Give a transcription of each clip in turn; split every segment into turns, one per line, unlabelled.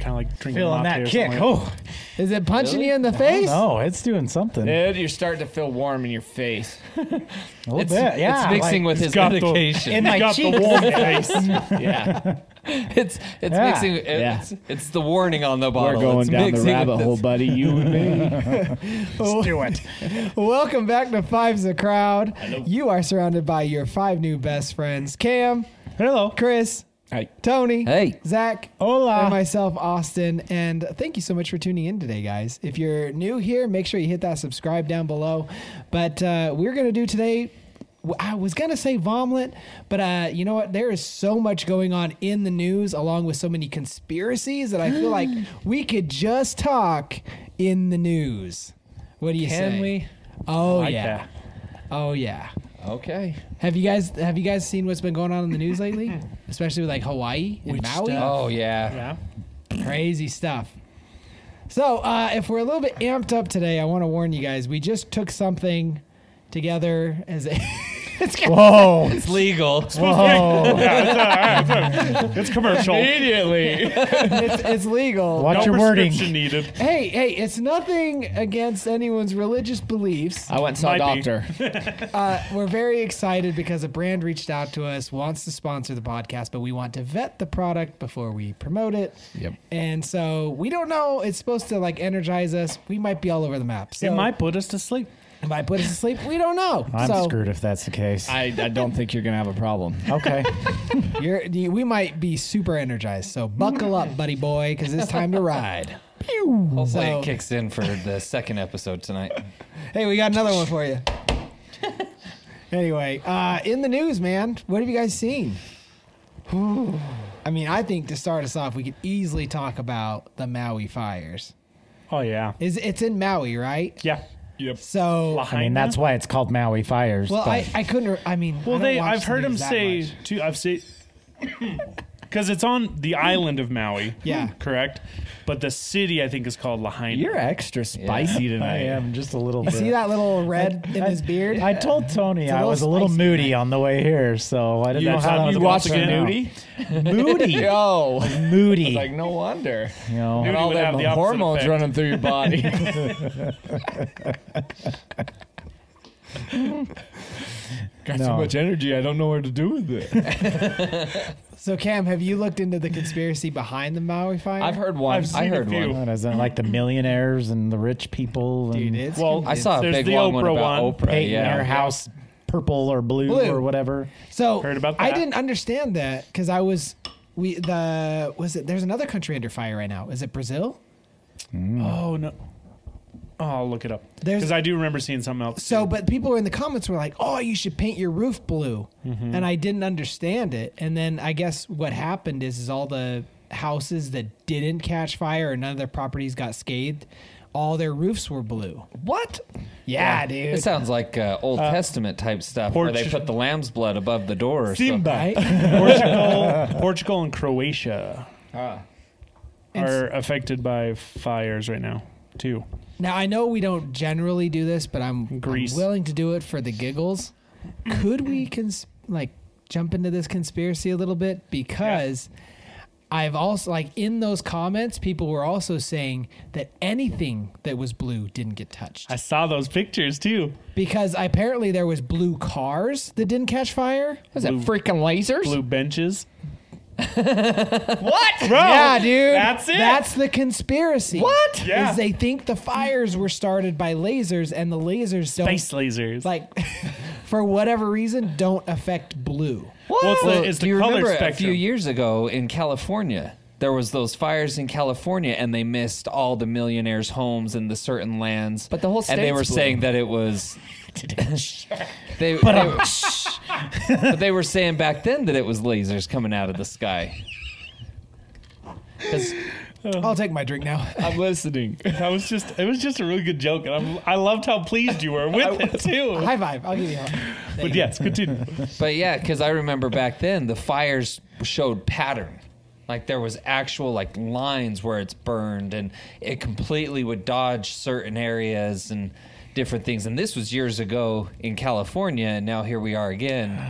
bring him
Feeling
up
that
here
kick.
somewhere.
Oh,
Is it punching you in the face?
no, Oh, it's doing something.
Dude, you're starting to feel warm in your face.
a little
It's,
bit. Yeah.
it's mixing
like-
with his
got the-
medication.
in my
got the
cheeks.
warm face.
yeah, it's it's
Yeah.
mixing. It's, it's the warning on the
We're
bottle.
going
it's
down the
mixing
rabbit
with
hole,
this-
buddy. You and me.
Let's do it.
Welcome back to Five's the Crowd. You are surrounded by your five new best friends Cam,
Hello.
Chris,
Hey.
Tony,
Hey.
Zach,
Hola.
and myself, Austin. And thank you so much for tuning in today, guys. If you're new here, make sure you hit that subscribe down below. But uh, we're going to do today. I was gonna say vomit, but uh, you know what? There is so much going on in the news, along with so many conspiracies, that I feel like we could just talk in the news. What do you say?
Can we?
Oh
like
yeah. Oh yeah.
Okay.
Have you guys have you guys seen what's been going on in the news lately? Especially with like Hawaii and Maui. Oh,
Oh yeah.
Yeah.
Crazy stuff. So uh, if we're a little bit amped up today, I want to warn you guys. We just took something together as a. it's kind
Whoa.
It's legal.
Whoa.
It's commercial.
Immediately.
it's, it's legal.
Watch
no
your wording.
prescription needed.
Hey, hey! It's nothing against anyone's religious beliefs.
I went and saw a
Might be.
doctor.
Uh, we're very excited because a brand reached out to us, wants to sponsor the podcast, but we want to vet the product before we promote it.
Yep.
And so we don't know. It's supposed to like energize us. We might be all over the map. So
It might put us to sleep.
it might put us to sleep. We don't know.
I'm
so
screwed if that's the case.
I, I don't think you're gonna have a problem.
okay.
You're, you- we might be super energized. So buckle up, buddy boy, because it's time to ride.
Hopefully
So-
it kicks in for the second episode tonight.
Hey, we got another one for you. anyway, uh, in the news, man, what have you guys seen? I mean, I think to start us off, we could easily talk about the Maui fires.
Oh yeah.
Is it's in Maui, right?
Yeah. Yep.
So,
Lahaina?
I mean, that's why it's called Maui Fires.
well,
but
I, I couldn't. re- I mean,
Well,
I don't
they.
watch
I've
the
heard him
news that
say
much.
too. I've seen because it's on the island of Maui.
Yeah.
Correct. But the city, I think, is called Lahaina.
You're extra spicy
I
tonight.
am just a little. bit.
See that little red in his beard?
I told Tony
a
I
little
was a little
spicy
moody on the way here, so I didn't
You
know how
thought
I was
you
gonna
watched
turn out.
Nudie?
Moody,
Yo.
moody.
Like no wonder.
you know,
Nudie
All
would have
them
the opposite
hormones
effect.
running through your body. Got
No.
energy. I don't know where to do with it.
so, Cam, have you looked into the conspiracy behind the Maui fire?
I've heard one.
I've seen
I heard
a few.
one.
What is it, like the millionaires and the rich people and
Dude, it's
Mm, Well,
I saw a
There's
big
the
long one
Oprah
about
one.
Oprah.
painting
yeah.
their house purple or blue,
Blue.
or whatever.
So
Heard about
I
that?
didn't understand that because I was we the was it there's another country under fire right now. Is it Brazil?
Oh no. Oh, I'll look it up
There's-
because I do remember seeing something else.
So but people in the comments were like, Oh, you should paint your roof blue
Mm-hmm.
and I didn't understand it. And then I guess what happened is is all the houses that didn't catch fire or none of their properties got scathed, all their roofs were blue.
What?
Yeah, dude.
It sounds like uh, Old Testament type stuff where they
Portu-
put the lamb's blood above the door or something.
Right?
Portugal, Portugal, and Croatia
Ah.
And s-
are affected by fires right now too.
Now I know we don't generally do this, but I'm, I'm
Grease.
willing to do it for the giggles. Could we cons- like jump into this conspiracy a little bit because I've also like in those comments people were also saying that anything that was blue didn't get touched
I saw those pictures too.
because apparently there was blue cars that didn't catch fire.
Was it freaking lasers?
Blue benches.
What?
yeah, dude.
Oh, that's it.
That's the conspiracy. What?
Yeah.
Is they think the fires were started by lasers and the lasers don't
Space lasers.
like for whatever reason don't affect blue.
Well, it's the- it's the
do you
color
remember a few
spectrum.
years ago in California? There was those fires in California, and they missed all the millionaires' homes in the certain lands.
But the whole
and they
state's
were
blue.
saying that it was. they, but, they, were- but they were saying back then that it was lasers coming out of the sky. 'Cause
I'll take my drink now.
I'm listening.
that was just. It was just a really good joke, and I'm, I loved how pleased you were with it too.
High five. I'll give you a high-
But yes, continue.
But yeah, because I remember back then the fires showed pattern. Like there was actual like lines where it's burned, and it completely would dodge certain areas and different things. And this was years ago in California, and now here we are again.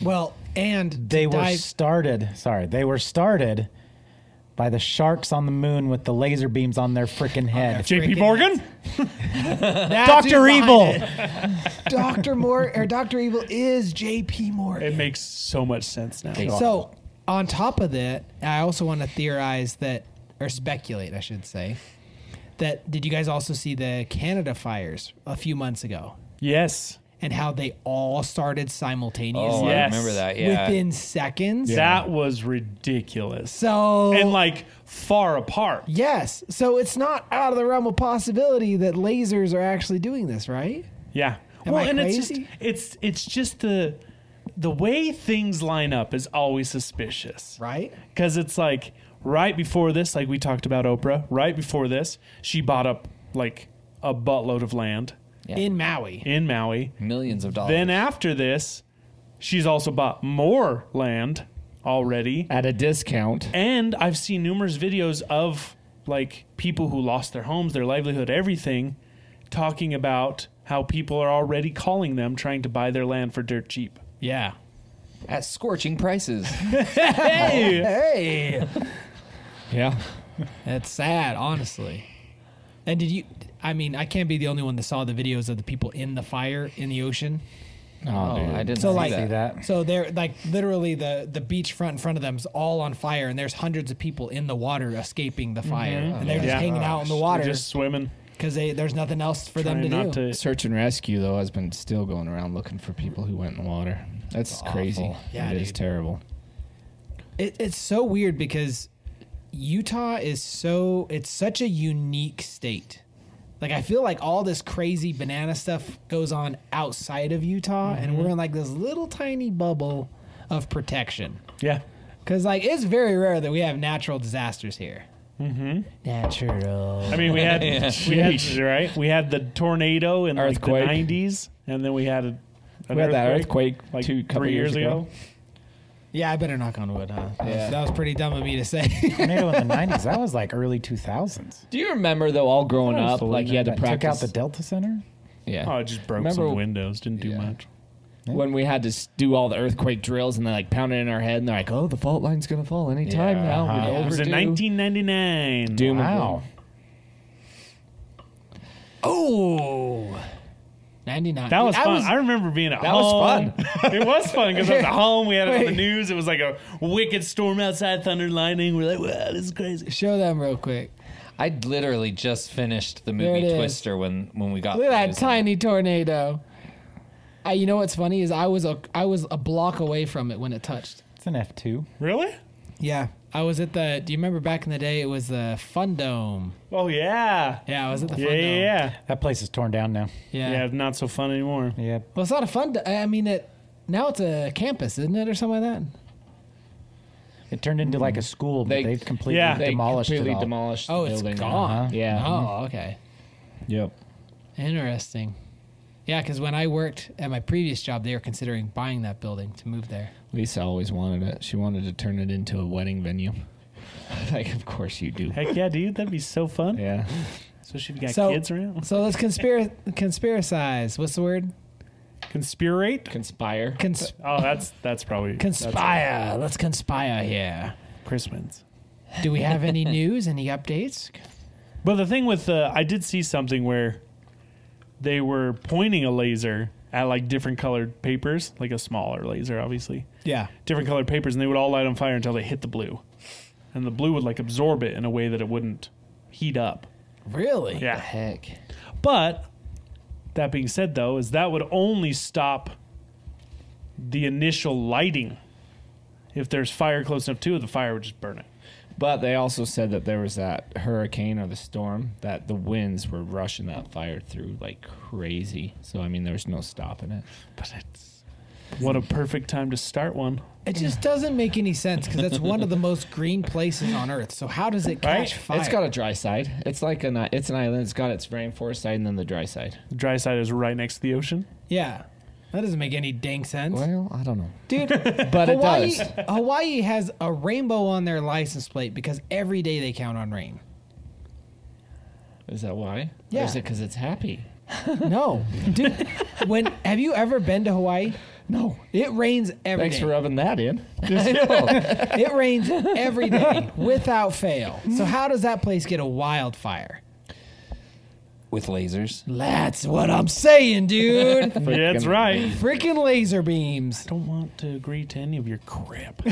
Well, and to
They were
dive-
started. Sorry, they were started by the sharks on the moon with the laser beams on their freaking head.
JP
freaking-
Morgan?
Doctor Evil.
Doctor Mor or Doctor Evil is J.P. Morgan.
It makes so much sense now.
So, on top of that, I also want to theorize that, or speculate, I should say, that did you guys also see the Canada fires a few months ago
Yes.
and how they all started simultaneously
Oh, I
Yes.
remember that. Yeah.
within seconds?
That was ridiculous.
So,
And like far apart.
yes. So, it's not out of the realm of possibility that lasers are actually doing this, right?
Yeah.
Am
well,
I
and
crazy?
it's just it's it's just the the way things line up is always suspicious.
Right?
Cuz it's like right before this, like we talked about Oprah, right before this, she bought up like a buttload of land
Yeah.
In Maui.
in Maui.
Millions of dollars.
Then after this, she's also bought more land already.
At a discount.
And I've seen numerous videos of like people who lost their homes, their livelihood, everything, talking about how people are already calling them trying to buy their land for dirt cheap.
Yeah.
at scorching prices.
Hey.
Yeah.
That's sad, honestly. And did you? I mean, I can't be the only one that saw the videos of the people in the fire in the ocean.
Oh,
Oh,
dude.
I didn't
So
see
like,
that.
so they're like literally the the beach front in front of them's all on fire, and there's hundreds of people in the water escaping the fire, and they're just
Yeah.
hanging out in the
They're
water
just swimming.
because they there's nothing else for them to
trying
do.
not to-
Search and rescue though has been still going around looking for people who went in the water. That's crazy.
awful.
Yeah,
it is
dude.
terrible.
It, it's so weird because Utah is so it's such a unique state. Like I feel like all this crazy banana stuff goes on outside of Utah, and we're in like this little tiny bubble of protection.
Yeah.
Cause like it's very rare that we have natural disasters here. Mm-hmm. Natural.
I mean, we had,
Yeah.
we had right. We had the tornado in like, the
Earthquake.
nineties, and then we had a, an
We had that earthquake
like
two- couple
three years
years
ago.
ago.
Yeah, I better knock on wood, huh?
Yeah.
That was pretty dumb of me to say.
Tornado in the nineties. That was like early two thousands.
Do you remember though all growing up
Absolutely.
like you had to
That took out
practice
the Delta Center.
Yeah.
Oh, it just broke
Remember-
some windows. Didn't do
Yeah.
much.
when we had to s- do all the earthquake drills and they like pounded in our head and they're like, "Oh, the fault line's going to fall anytime
Yeah,
now."
uh-huh.
We're
It was in
overdue."
nineteen ninety nine.
Doom and
Wow.
gloom.
oh. 99.
That was
I
fun. I remember being at that home. was fun. it was fun because I was at home. We had it on the
Wait.
news. It was like a wicked storm outside, thunder and lightning. We're like, wow, this is crazy.
Show them real quick.
I literally just finished the
oh. There it
movie
is.
Twister when when we got
Look at
the
that
news.
tiny tornado. I, you know what's funny is I was a I was a block away from it when it touched.
It's an F two.
Really?
Yeah, I was at the. Do you remember back in the day? It was the Fun Dome.
Oh yeah.
Yeah, I was at the Fun
Yeah, yeah,
Dome.
yeah.
That place is torn down now.
yeah,
Yeah,
yeah.
not so fun anymore.
Yep.
Well, it's not a fun. do- I mean, it now it's a campus, isn't it, or something like that?
It turned into like a school, but
Mm. They-
they, have completely
Yeah.
They
demolished
completely
it all.
demolished the
Oh, it's
building.
gone.
Uh-huh. Yeah.
Oh, okay.
Yep.
Interesting. Yeah, because when I worked at my previous job, they were considering buying that building to move there.
Lisa always wanted it. She wanted to turn it into a wedding venue. like, of course you do.
Heck yeah, dude. That'd be so fun.
Yeah.
So she'd got
So-
kids around.
So let's conspira conspiracize. What's the word?
Conspirate.
Conspire.
Cons-
Oh, that's that's probably
conspire. Let's conspire here.
Chris wins.
Do we have any news? Any updates?
But the thing with uh, I did see something where they were pointing a laser at like different colored papers, like a smaller laser, obviously.
Yeah.
different colored papers and they would all light on fire until they hit the blue. And the blue would like absorb it in a way that it wouldn't heat up.
Really?
Yeah.
heck.
But that being said though, is that would only stop the initial lighting. If there's fire close enough to it, the fire would just burn it.
But they also said that there was that hurricane or the storm that the winds were rushing that fire through like crazy. So I mean, there was no stopping it.
But it's what a perfect time to start one.
It just doesn't make any sense because that's one of the most green places on Earth. So how does it catch
Right?
fire?
It's got a dry side. It's like an i- it's an island. It's got its rainforest side and then the dry side.
The dry side is right next to the ocean.
yeah. That doesn't make any dang sense,
Well, I don't know,
dude.
but it
Hawaii,
does.
Hawaii has a rainbow on their license plate because every day they count on rain.
Is that why? Or
Yeah.
is it because it's happy?
No, dude. When have you ever been to Hawaii?
No.
It rains every
Thanks
day.
for rubbing that in.
I know.
it rains every day without fail. So how does that place get a wildfire?
With lasers.
That's what I'm saying, dude.
Yeah, that's
Freaking
right.
Freaking laser beams.
Don't want to agree to any of your crap.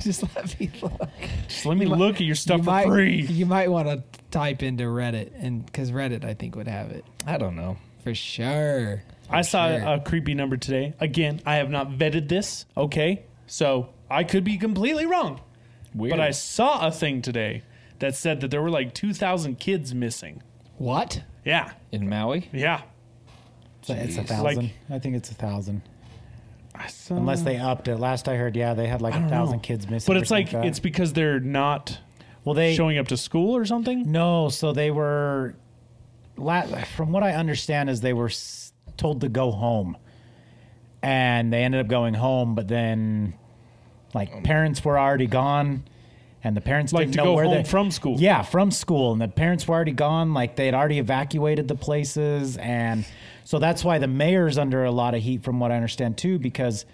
Just let me look.
Just let me look at your stuff
you
for
might,
free.
You might want to type into Reddit, and because Reddit, I think, would have it
I don't know.
for sure.
I saw
sure.
a creepy number today. Again, I have not vetted this. Okay, so I could be completely wrong,
Weird.
but I saw a thing today that said that there were like two thousand kids missing.
What?
Yeah,
In Maui?
yeah.
It's a- It's a
Jeez. Like-
thousand. I think it's a thousand.
I saw-
Unless they upped it. Last I heard, yeah, they had like
I
a
don't
thousand
know.
kids missing.
but
or
it's
something
like
that.
it's because they're not
well, they
showing up to school or something.
no. So they were, la- from what I understand, is they were s- told to go home, and they ended up going home. But then, like parents were already gone, and the parents
Um, Like
didn't
to
know
go
where
home
they-
from school.
Yeah, from school, and the parents were already gone. Like they had already evacuated the places, and so that's why the mayor's under a lot of heat, from what I understand too, because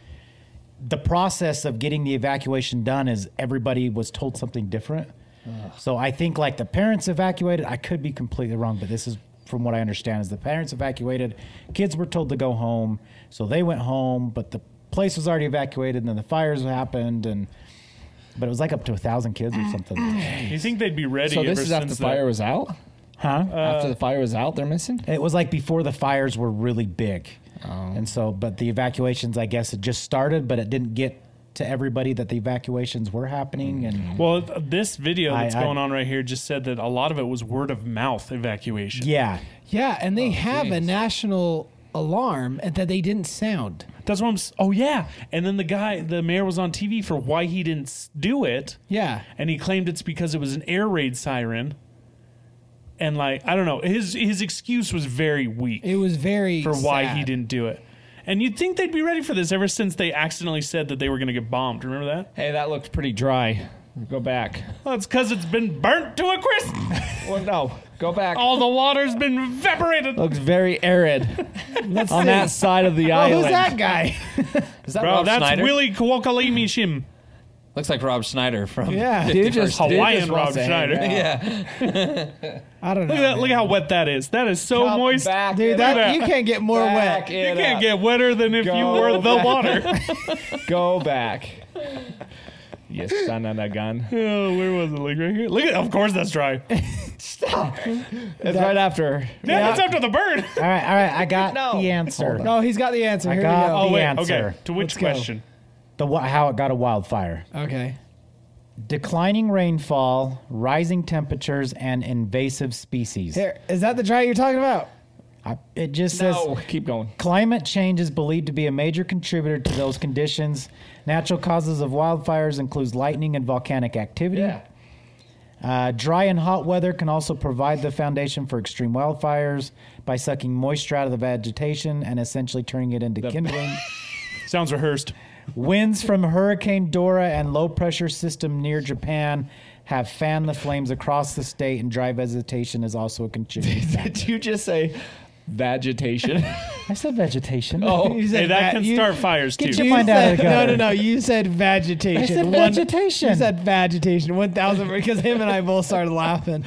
the process of getting the evacuation done is everybody was told something different. So I think like the parents evacuated. I could be completely wrong, but this is from what I understand is the parents evacuated. Kids were told to go home, so they went home, but the place was already evacuated, and then the fires happened, and but it was like up to a thousand kids or something,
You think they'd be ready?
so this
ever
is after the
since Uh,
fire was out?
huh?
after the fire was out, they're missing?
It was like before the fires were really big. And so, but the evacuations, I guess, it just started, but it didn't get to everybody that the evacuations were happening. And
Well, th- this video
I-
that's
I-
going on right here just said that a lot of it was word of mouth evacuation.
yeah,
Yeah, and they have a
geez.
national alarm and that they didn't sound.
That's what I'm. s- Oh yeah, and then the guy, the mayor, was on TV for why he didn't s- do it,
Yeah.
and he claimed it's because it was an air raid siren. And like I don't know, his his excuse was very weak
It was very
for why he
sad.
didn't do it. And you'd think they'd be ready for this ever since they accidentally said that they were going to get bombed. Remember that?
Hey, that looks pretty dry. Go back.
Well, it's because it's been burnt to a crisp.
Well, no. Go back.
All the water's been evaporated.
Looks very arid on that side of the
Oh,
island.
who's that guy?
Is that
Bro,
Rob
that's
Schneider?
Willie Kwakalimi Shim.
Looks like Rob Schneider from
Yeah.
Dude just, dude
Hawaiian
just
Rob
wants to hang
Schneider.
out.
Yeah.
I don't know.
Look at that.
man.
Look how wet that is. That is so
Come
moist.
back
Dude,
it
that,
up.
that.
you can't get more
Back
wet.
it
You can't
up.
get wetter than if you
Go
were the
back.
water.
Go back. you son of a gun.
oh, where was it? Like right here. Look at. Of course, that's dry. Yeah,
It's right after.
that's after the burn.
All right, all right. I got
No.
the answer.
No, he's got the answer.
I
Here
got-
Oh
The
wait. Okay.
answer.
To which
Let's go.
question?
The wha- how it got a wildfire.
we go. Okay.
Declining rainfall, rising temperatures, and invasive species.
Here, is that the dry you're talking about?
I, it just says
No. Keep going.
Climate change is believed to be a major contributor to those conditions. Natural causes of wildfires includes lightning and volcanic activity.
Yeah.
Uh, dry and hot weather can also provide the foundation for extreme wildfires by sucking moisture out of the vegetation and essentially turning it into kindling.
Sounds rehearsed.
Winds from Hurricane Dora and low pressure system near Japan have fanned the flames across the state, and dry vegetation is also a contributing factor.
Did you just say vegetation?
I said vegetation.
You said
Oh, Hey, that
va-
can
you-
start fires too.
Get your mind out of the
no,
gutter.
no, no. You said vegetation.
I said
One-
vegetation.
you said vegetation. One thousand because him and I both started laughing.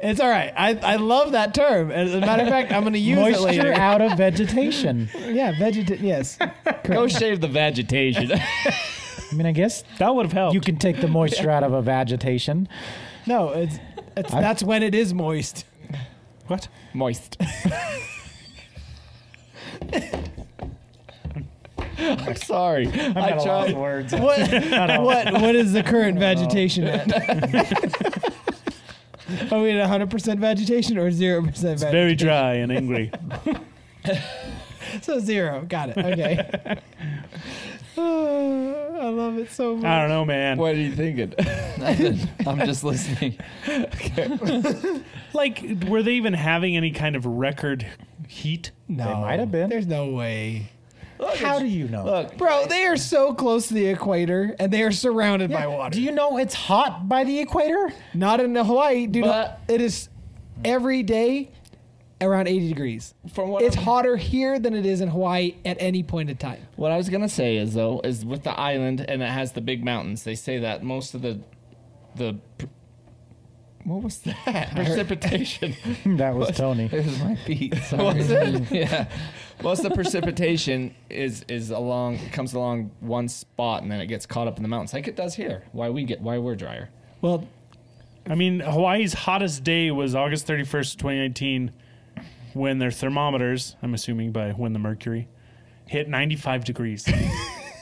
It's all right. I, I love that term. As a matter of fact, I'm going to use it
Moisture
later.
out of vegetation.
Yeah, vegetation. Yes.
Go shave the vegetation.
I mean, I guess
That would have helped.
you can take the moisture out of a vegetation.
No, it's, it's
I-
that's when it is moist.
what?
Moist. I'm sorry. i
got a lot
tried.
of words.
What
Oh.
what what is the current vegetation at? Are we at 100% vegetation or 0% vegetation?
Very dry and angry.
So zero. Got it. Okay. Uh, I love it so much.
I don't know, man.
What are you thinking?
Nothing. I'm just listening.
Like, were they even having any kind of record heat?
No,
They might have been.
There's no way,
How do you know?
Look,
bro. They are so close to the equator, and they are surrounded by water.
Do you know it's e-? hot by the equator?
Not in Hawaii, dude.
But-
it is every day. around 80 degrees.
From what
it's
I'm-
hotter here than it is in Hawaii at any point in time.
What I was gonna say is though is with the island and it has the big mountains. They say that most of the the pr- what was that precipitation?
Hmm, that was Tony.
It was my feet. Sorry.
was it?
yeah.
Most of the precipitation is is along comes along one spot and then it gets caught up in the mountains like it does here. Why we get why we're drier?
Well,
I mean, Hawaii's hottest day was August 31st, 2019, when their thermometers, I'm assuming by when the mercury, hit 95 degrees.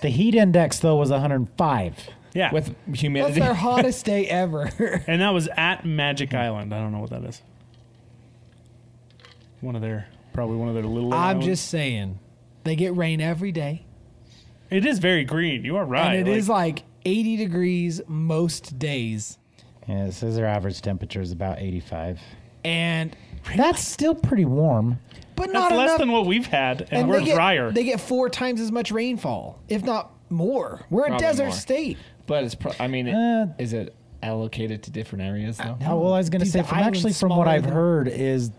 The heat index though was 105.
yeah.
With
that's
humidity,
their hottest day ever.
and that was at Magic Island. I don't know what that is. One of their, probably one of their little.
I'm
islands.
just saying, they get rain every day,
It is very green. You are right.
and it
Like,
is like 80 degrees most days,
Yeah, it says their average temperature is about 85.
and
That's still pretty warm.
but not
that's less
enough.
than what we've had, and, we're
they get,
drier.
They get four times as much rainfall, if not more. We're a
Probably
desert
more.
state.
but it's pro- I mean it,
Uh,
is it allocated to different areas though?
Oh, well, I was going to
Dude,
say
the
from actually
island's
from what
smaller
I've
than-
heard is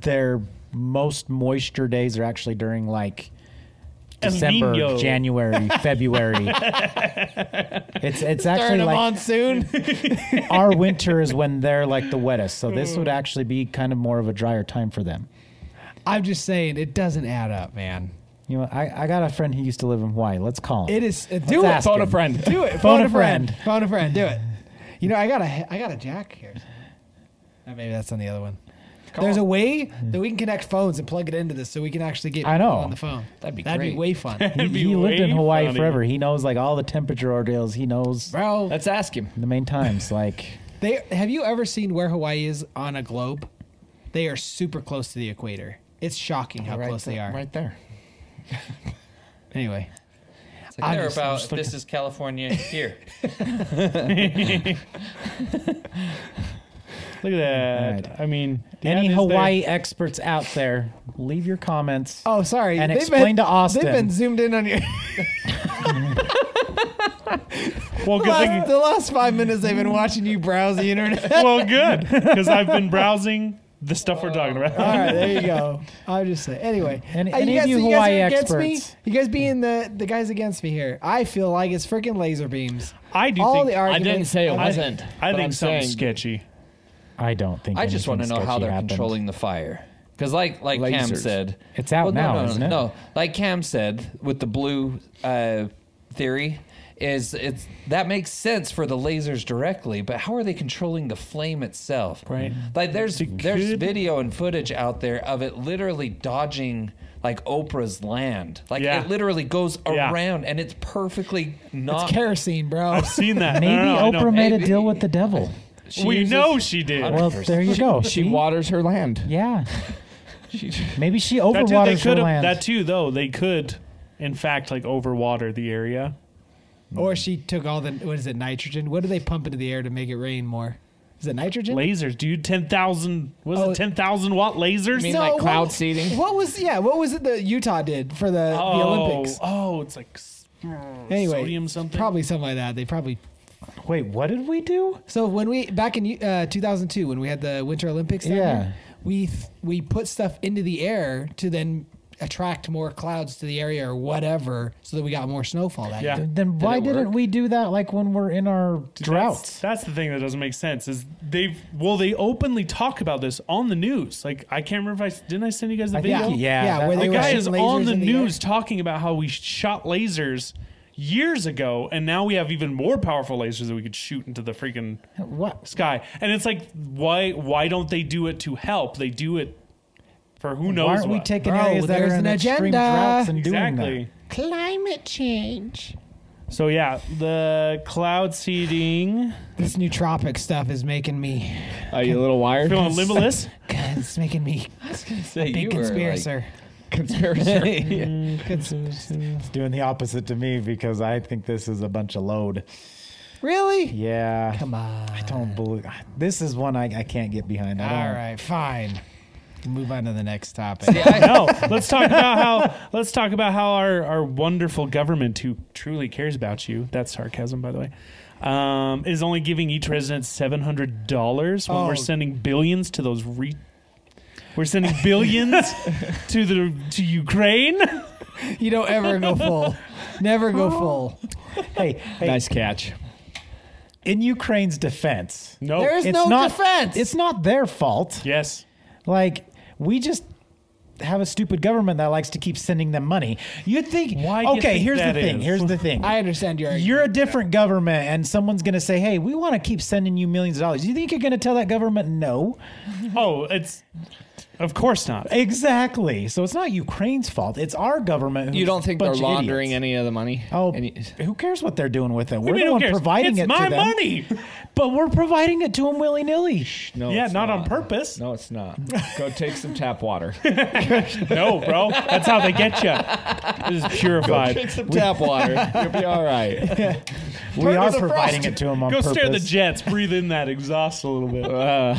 their most moisture days are actually during like
El
December,
Niño.
January, February. it's it's actually
During a
like
monsoon.
our winter is when they're like the wettest. So this
Hmm.
would actually be kind of more of a drier time for them.
I'm just saying, it doesn't add up, man.
You know, I, I got a friend who used to live in Hawaii. Let's call him.
It is. uh, do it.
ask
Phone
him.
a friend. Do it.
Phone a friend.
Phone a friend. Do it. You know, I got a, I got a jack here. Oh, maybe that's on the other one. There's a way that we can connect phones and plug it into this, so we can actually get
I know.
on the phone.
That'd be
that'd be
great.
way fun,
He,
It'd be
he lived in
way
Hawaii
funny.
forever. He knows like all the temperature ordeals. He knows
bro.
Let's ask him.
the main times. Like
They have you ever seen where Hawaii is on a globe? They are super close to the equator. It's shocking how close
there,
they are.
Right there.
Anyway,
It's like they're
Obviously,
about,
just
this is California here.
Look at that. I mean, the
any
ad is there.
Hawaii experts out there, leave your comments.
oh sorry.
And
They've
explain
been-
to Austin.
They've been zoomed in on you.
Well,
the,
good thing.
last, the last five minutes they've been watching you browse the internet.
well, good because I've been browsing the stuff we're talking about.
All right, there you go. I'll just say. Anyway,
Any-
Uh,
any of you
guys are
Hawaii
against
experts?
Me? You guys being the the guys against me here. I feel like it's freaking laser beams.
I do
All
think.
the
I
arguments.
didn't say it
I,
wasn't.
I
but
think something
I'm saying-
sketchy.
I don't think.
I just want to
anything
know how
sketchy
they're
happened.
controlling the fire. Because like like Cam
Lasers.
said,
It's out
Well,
now,
no, no,
isn't
no,
it?
No, like Cam said with the blue uh, theory, is it's that makes sense for the lasers directly, but how are they controlling the flame itself?
Right.
Like there's
It
there's
could-
video and footage out there of it literally dodging like Oprah's land. Like
Yeah.
it literally goes
Yeah.
around and it's perfectly not.
It's kerosene, bro.
Seen that?
Maybe
no, no, no, I
Oprah
know.
made
Maybe.
a deal with the devil.
She
we
uses-
know she did.
Well, there you go.
She
See?
waters her land.
Yeah.
She,
Maybe she
that too, they
overwaters her
could.
land.
That too, though, they could, in fact, like overwater the area.
or she took all the what is it nitrogen? What do they pump into the air to make it rain more? Is it nitrogen?
Lasers, dude. Ten thousand. Was
Oh.
it ten thousand watt lasers?
mean like cloud
what,
seeding?
What was yeah? What was it that Utah did for the,
oh,
the Olympics?
Oh, it's like s- mm,
Anyway,
sodium something.
Probably something like that. They probably
Wait, what did we do?
So when we back in uh, 2002, when we had the Winter Olympics, down
Yeah.
here, we th- we put stuff into the air to then attract more clouds to the area or whatever, so that we got more snowfall that
Yeah.
year.
Then why
it
did not
work?
we do that like when we're in our
That's,
droughts?
that's the thing that doesn't make sense. Is they've well, they openly talk about this on the news. Like I can't remember if I didn't I send you guys the
I
video.
think- Yeah, that-
where
The
they were
guy
shooting
is
lasers
on the
in
news talking about how we shot lasers years ago, and now we have even more powerful lasers that we could shoot into the freaking
What?
sky. And it's like, why? Why don't they do it to help? They do it for who knows
Why aren't we
what.
taking
Bro,
areas that
there's
are in
an
extreme
agenda.
droughts and doing
exactly.
climate change.
So yeah, the cloud seeding.
Air. This nootropic stuff is making me,
are you a little wired?
Feeling limitless.
God, it's making me
Say
big
you were, like-
conspirator.
Conspiracy.
Cons-
that? Doing the opposite to me because I think this is a bunch of load.
really?
Yeah.
Come on.
I don't believe ah, this is one I, I can't get behind. I don't,
Uh, All right, fine. Move on to the next topic.
no, let's talk about how let's talk about how our, our wonderful government who truly cares about you, that's sarcasm by the way, um, is only giving each resident seven hundred dollars when
Oh.
we're sending billions to those re We're sending billions to the to Ukraine.
You don't ever go full. Never go
Oh.
full.
Hey, hey
Nice catch.
in Ukraine's defense,
No.
There is- There's no defense.
It's not their fault.
yes.
Like we just have a stupid government that likes to keep sending them money. You'd think.
Why do you
okay,
think
here's the
that
thing.
is?
Here's the thing.
I understand your argument.
you're a different government, and someone's going to say, "Hey, we want to keep sending you millions of dollars." You think you're going to tell that government no?
Oh, it's of course not.
Exactly. So it's not Ukraine's fault. It's our government. Who's
You don't think they're
a bunch of
laundering
idiots.
any of the money?
Oh,
Any-
who cares what they're doing with it?
I
We're
mean,
the
who
one
cares?
providing
it's
it
my
to them.
money.
But we're providing it to them willy nilly.
no,
yeah,
it's
not, on purpose. No.
No, it's not. Go take some tap water.
bro. That's how they get you. This is purified.
Take some tap water. You'll be all right.
We are
the
providing
frost.
it to them on
Go
purpose.
stare the jets. Breathe in that exhaust a little bit.
Uh,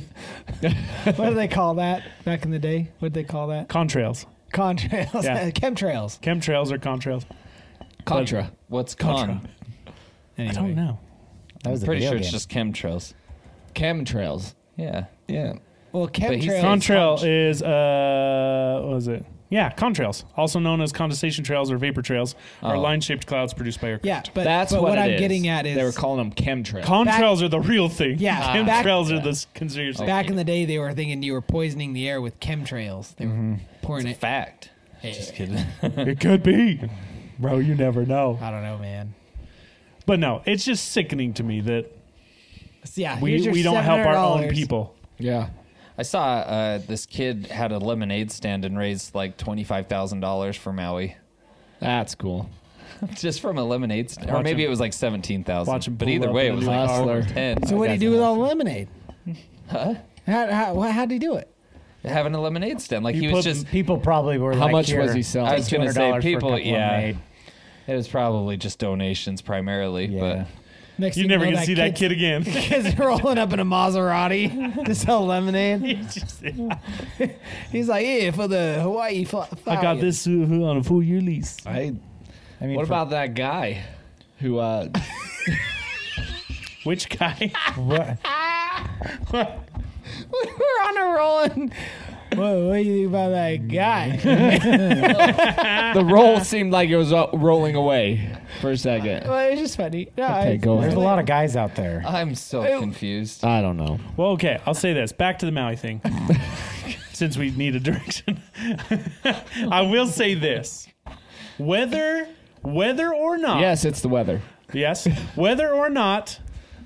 what do they call that back in the day? What did they call that?
Contrails.
Contrails.
Yeah.
Chemtrails.
Chemtrails or contrails?
Contra. What's con?
I don't know.
That was a
Pretty
video
sure it's
game.
just chemtrails.
Chemtrails.
Yeah.
Yeah.
Well,
he's-
chemtrails.
Contrail is uh, what was it? Yeah, contrails, also known as condensation trails or vapor trails, are
Oh.
line-shaped clouds produced by aircraft.
yeah, but
That's
but
what,
what
it
I'm
is.
getting at is
they were calling them chemtrails.
Contrails are the real thing.
Yeah, back-
chemtrails are the s- conspiracy.
back in the day they were thinking you were poisoning the air with chemtrails. They were
Mm-hmm.
pouring it.
Fact. Just kidding.
it could be, bro. You never know.
I don't know, man.
But no, it's just sickening to me that
So, yeah, here's
we,
your
we don't help our own
$700.
people.
Yeah.
I saw uh, this kid had a lemonade stand and raised like twenty five thousand dollars for Maui,
That's cool.
just from a lemonade stand, or
Watch
maybe
him-
it was like seventeen
watch him
thousand. But
pull
either
up
way,
in
it
a
was
new
like
car.
over ten.
So what do you do with all the lemonade?
Huh?
How how wha- how'd he do it?
Having a lemonade stand, like
You
he
put-
was just.
people probably were.
How
like,
much
here,
was he selling?
I was
take
gonna say
$200 for a
people,
cup of
yeah.
lemonade.
It was probably just donations primarily,
Yeah.
Next
You're
thing
never
know,
gonna see that
kid's-
kid again.
Kids rolling up in a Maserati to sell lemonade.
It's just-
He's like, yeah, for the Hawaii. Fl-
I got this uh, on a full year lease.
I,
I mean,
what
for-
about that guy who uh,
Which guy?
what,
We're on a rolling. Whoa, what do you think about that guy?
the roll seemed like it was
"Oh,
uh, rolling away for a second.
well, it's just funny. No,
Okay,
I-
go
There's
ahead.
a lot of guys out there.
but I'm so
Ew.
confused.
I don't know.
Well, okay, I'll say this. Back to the Maui thing, since we need a direction. I will say this: whether whether or not
Yes, it's the weather.
yes, whether or not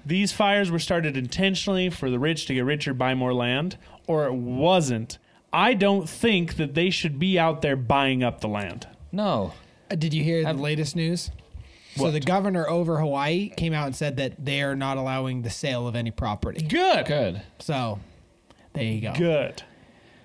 these fires were started intentionally for the rich to get richer, buy more land, or it wasn't, I don't think that they should be out there buying up the land.
No,
Uh, Did you hear the latest news? So the governor over Hawaii came out and said that they are not allowing the sale of any property.
Good. Good.
So there you go.
Good,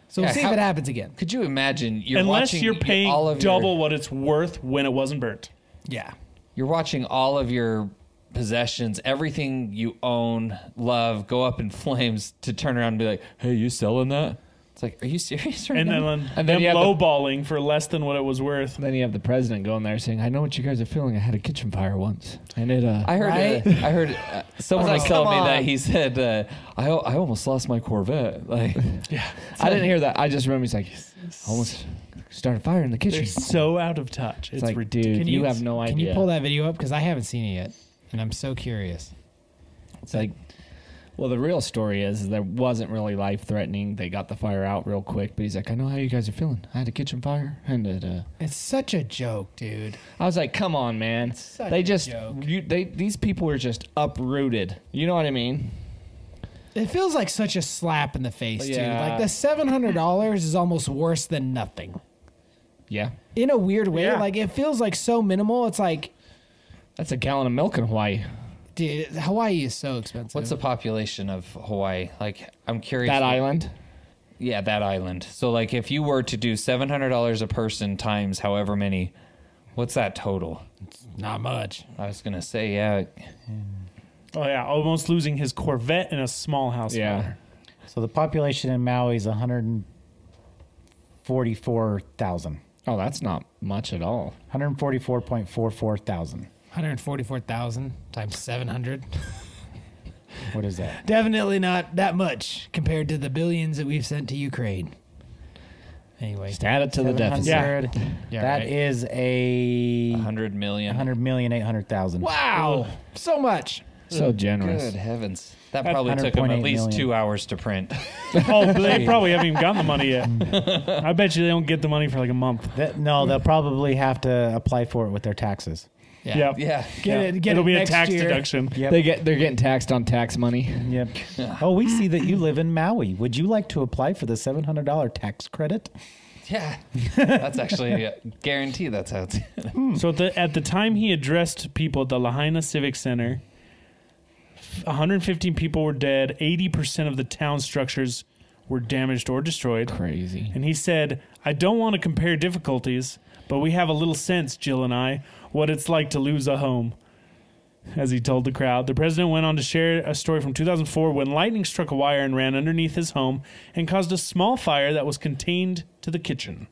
So we'll
Yeah,
see
how-
if it happens again.
could you imagine? You're
unless
watching
you're paying
all of your-
double what it's worth when it wasn't burnt.
Yeah.
you're watching all of your possessions, everything you own, love, go up in flames to turn around and be like, "Hey, you selling that?" It's like, "Are you serious right
And
now?"
then,
then
them
you have the-
lowballing for less than what it was worth.
Then you have the president going there saying, "I know what you guys are feeling. I had a kitchen fire once, and it uh,
I heard.
Right?
Uh, I heard uh, someone
I
was,
was like,
telling
"Come
me that
on."
he said, uh, "I al- I almost lost my Corvette." Like,
I didn't hear that. I just remember he's like, "I almost started a fire in the kitchen."
They're so out of touch. It's,
It's like,
ridiculous.
dude, you, have no idea.
Can you pull that video up? Because I haven't seen it yet. And I'm so curious.
It's like, well, the real story is there wasn't really life threatening. They got the fire out real quick, but he's like, I know how you guys are feeling. I had a kitchen fire, and it, uh,
It's such a joke, dude.
I was like, come on, man.
Such a
they just,
joke.
you, they, these people were just uprooted. You know what I mean?
It feels like such a slap in the face,
Yeah.
dude. Like the seven hundred dollars is almost worse than nothing.
Yeah,
In a weird way,
Yeah.
like it feels like so minimal. It's like,
that's a gallon of milk in Hawaii.
dude, Hawaii is so expensive.
what's the population of Hawaii? Like, I'm curious.
That
what-
island.
Yeah, that island. So, like, if you were to do seven hundred dollars a person times however many, what's that total?
not much?
I was gonna say, yeah,
Oh yeah, almost losing his Corvette in a small house.
Yeah,
So the population in Maui is 144,000.
Oh, that's not much at all.
144.44 thousand.
One hundred forty-four thousand times seven hundred.
What is that?
Definitely not that much compared to the billions that we've sent to Ukraine. Anyway,
Just add it to the deficit.
Yeah.
Yeah,
That
right.
is a
100 million.
100 million 800,000.
wow, so much.
so generous.
Good heavens. That probably
100.8
took them at least
million.
two hours to print.
Oh, they probably haven't even gotten the money yet. I bet you they don't get the money for like a month.
That- no, they'll probably have to apply for it with their taxes.
Yeah.
yeah.
Get it, get
It'll
it
be
next
a tax
year.
deduction.
Yep.
They get they're getting taxed on tax money.
Yep. Oh, we see that you live in Maui. Would you like to apply for the $700 tax credit?
Yeah. That's actually a guarantee that's how it's.
So at the, at the time he addressed people at the Lahaina Civic Center, 115 people were dead. 80% of the town structures were damaged or destroyed.
Crazy.
And he said, I don't want to compare difficulties, but we have a little sense, Jill and I, what it's like to lose a home. As he told the crowd, the president went on to share a story from 2004 when lightning struck a wire and ran underneath his home and caused a small fire that was contained to the kitchen.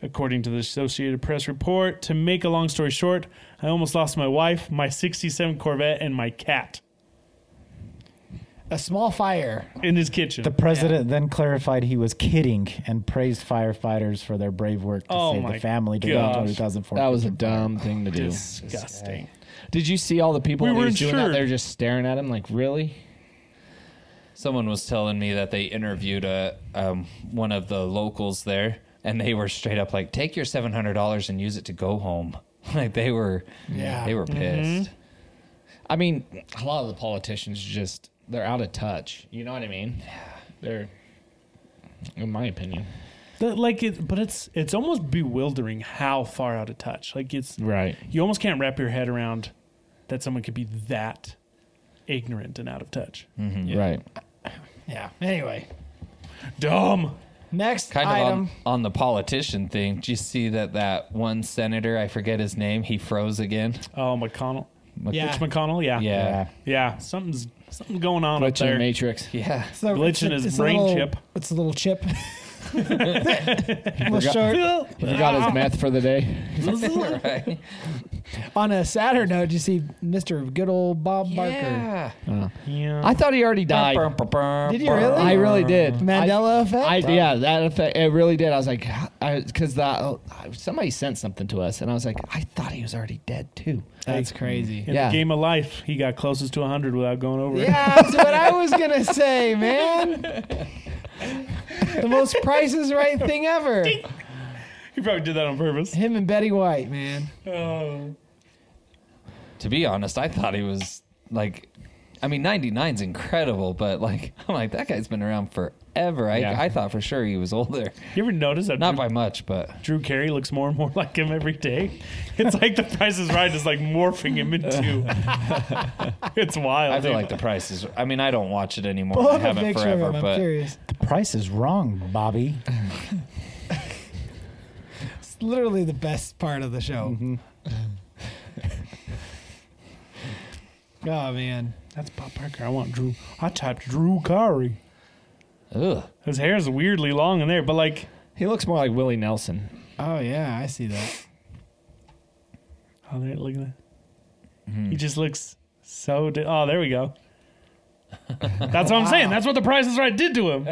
According to the Associated Press report, to make a long story short, I almost lost my wife, my 67 Corvette, and my cat
A small fire.
in his kitchen.
The president then clarified he was kidding and praised firefighters for their brave work to
Oh
save
my
the family during the
gosh.
2004.
That was a dumb thing to do.
Disgusting.
Did you see all the people
We
that he was
weren't
doing
sure.
out there just staring at him like, really?
Someone was telling me that they interviewed a, um, one of the locals there, and they were straight up like, take your $700 and use it to go home. Like they were, yeah. they were pissed.
I mean, a lot of the politicians just they're out of touch. You know what I mean? They're in my opinion.
But, like it, but it's it's almost bewildering how far out of touch. Like it's
Right.
you almost can't wrap your head around that someone could be that ignorant and out of touch.
Right.
Yeah. Anyway,
Dumb.
next
Kind of
item.
on, on the politician thing. Did you see that that one senator? I forget his name. He froze again.
Oh, McConnell.
Yeah.
Mitch McConnell. Yeah.
Yeah.
Yeah. Something's something going on
Glitch
up
in the
there.
matrix.
Yeah.
So
Glitch
it's a-
in his
it's a
brain
little-
chip.
It's a little chip. little short.
He forgot his meth for the day.
Right?
On a sadder note, did you see Mr. Good Old Bob Barker?
Yeah.
Yeah.
I thought he already died.
Bum, bum, bum,
Did you
bum.
really?
I really did.
Mandela
I-
effect?
I, yeah, that effect. It really did. I was like, because that somebody sent something to us, and I was like, I thought he was already dead too.
That's crazy.
in
yeah.
the game of life, he got closest to 100 without going over it.
Yeah, that's what I was gonna say, man. The most Price is Right thing ever.
He probably did that on purpose.
Him and Betty White, man.
Oh.
To be honest, I thought he was like, I mean, 99's incredible, but like, I'm like, that guy's been around forever. I,
Yeah.
I thought for sure he was older.
You ever notice that
Not
Drew,
by much, but
Drew Carey looks more and more like him every day? It's like the Price is Right is like morphing him into. it's wild.
I feel
dude.
like the price is. I mean, I don't watch it anymore.
Pull
I
up a
haven't
picture
forever,
of him. I'm
but
curious.
Price is wrong, Bobby.
It's literally the best part of the show. oh man.
That's Bob Parker. I want Drew. I typed Drew Carey.
ugh,
His hair is weirdly long in there, but like,
He looks more like Willie Nelson.
Oh yeah, I see that.
oh, there, look at that.
Mm-hmm.
He just looks so. Di- oh, there we go. That's what I'm saying. That's what the Price is Right did to him.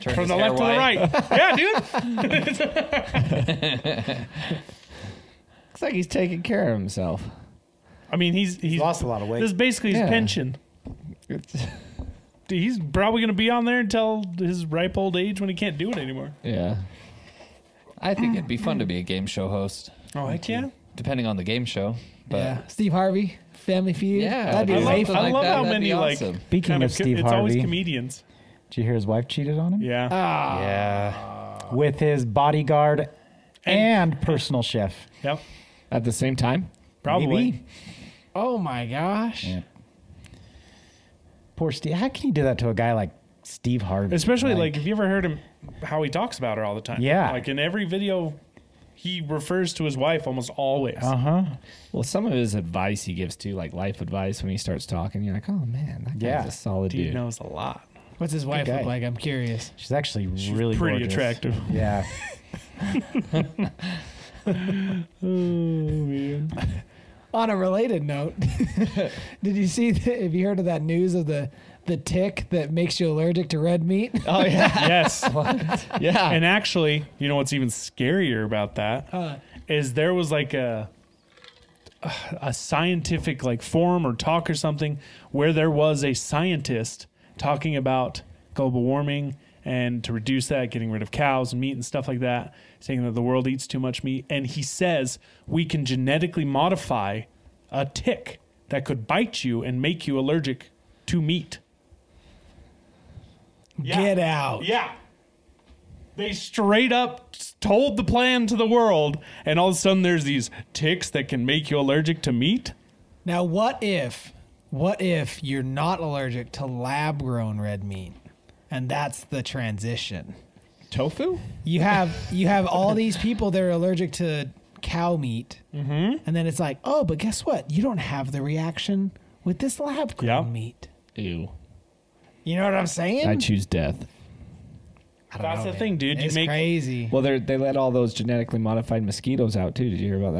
Turn
From
his
the
hair
left to the
white.
right. Yeah, dude.
Looks like he's taking care of himself.
I mean, he's he's,
He's lost a lot of weight.
This is basically his
Yeah.
pension. Dude, he's probably gonna be on there until his ripe old age when he can't do it anymore.
yeah.
I think it'd be fun to be a game show host,
Oh, heck yeah.
depending on the game show. But yeah,
yeah. Steve Harvey, Family Feud. that'd be
I
way
love,
fun.
I love how
That'd be
many
awesome.
like
Speaking
kind
of Steve
it's always
Harvey. Uh,
comedians.
Did you hear his wife cheated on him?
Yeah.
Ah,
yeah,
With his bodyguard and, personal chef.
yep.
At the same time.
Probably.
Maybe.
Oh my gosh.
Yeah. Poor Steve. How can you do that to a guy like Steve Harvey?
Especially like, have you ever heard him how he talks about her all the time?
Yeah.
Like in every video he refers to his wife almost always.
Uh huh.
Well, some of his advice he gives too, like life advice when he starts talking, you're like, oh man, that guy's
Yeah.
a solid
Dude
dude.
knows a lot.
What's his wife
guy.
look like? I'm curious.
She's actually really
pretty
gorgeous.
attractive.
Yeah.
Oh man.
On a related note, did you see? The, have you heard of that news of the the tick that makes you allergic to red meat?
Oh yeah,
Yes.
yeah.
And actually, you know what's even scarier about that is
Huh.
there was like a a scientific like forum or talk or something where there was a scientist talking about global warming and to reduce that, getting rid of cows and meat and stuff like that, saying that the world eats too much meat and he says we can genetically modify a tick that could bite you and make you allergic to meat.
Get out!
Yeah. They straight up told the plan to the world, and all of a sudden there's these ticks that can make you allergic to meat.
Now, what if, what if you're not allergic to lab grown red meat, and that's the transition?
Tofu?
You have you have all these people that are allergic to cow meat,
Mm-hmm.
and then it's like, oh, but guess what? You don't have the reaction with this lab grown
Yeah.
meat.
Ew.
You know what I'm saying?
I choose death.
I don't
That's the
man.
thing, dude. You
It's
make-
crazy.
Well, they they let all those genetically modified mosquitoes out too. Did you hear about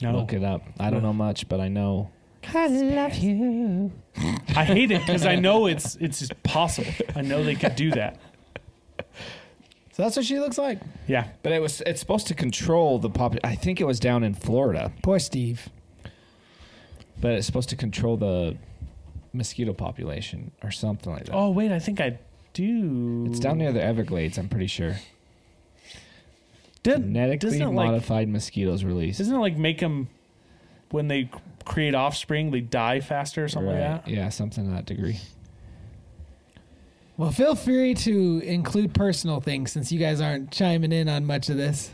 that? Look it up. I don't know much, but I know.
I hate it because I know it's it's just possible. I know they could do that.
So that's what she looks like.
Yeah.
But it was it's supposed to control the pop. I think it was down in Florida,
Poor Steve.
but it's supposed to control the mosquito population or something like that.
Oh wait, I think I do.
It's down near the Everglades, I'm pretty sure.
Did-
Genetically
doesn't it like
modified mosquitoes released.
doesn't it like make them when they create offspring they die faster or something like that?
Yeah, something to that degree.
Well, feel free to include personal things since you guys aren't chiming in on much of this.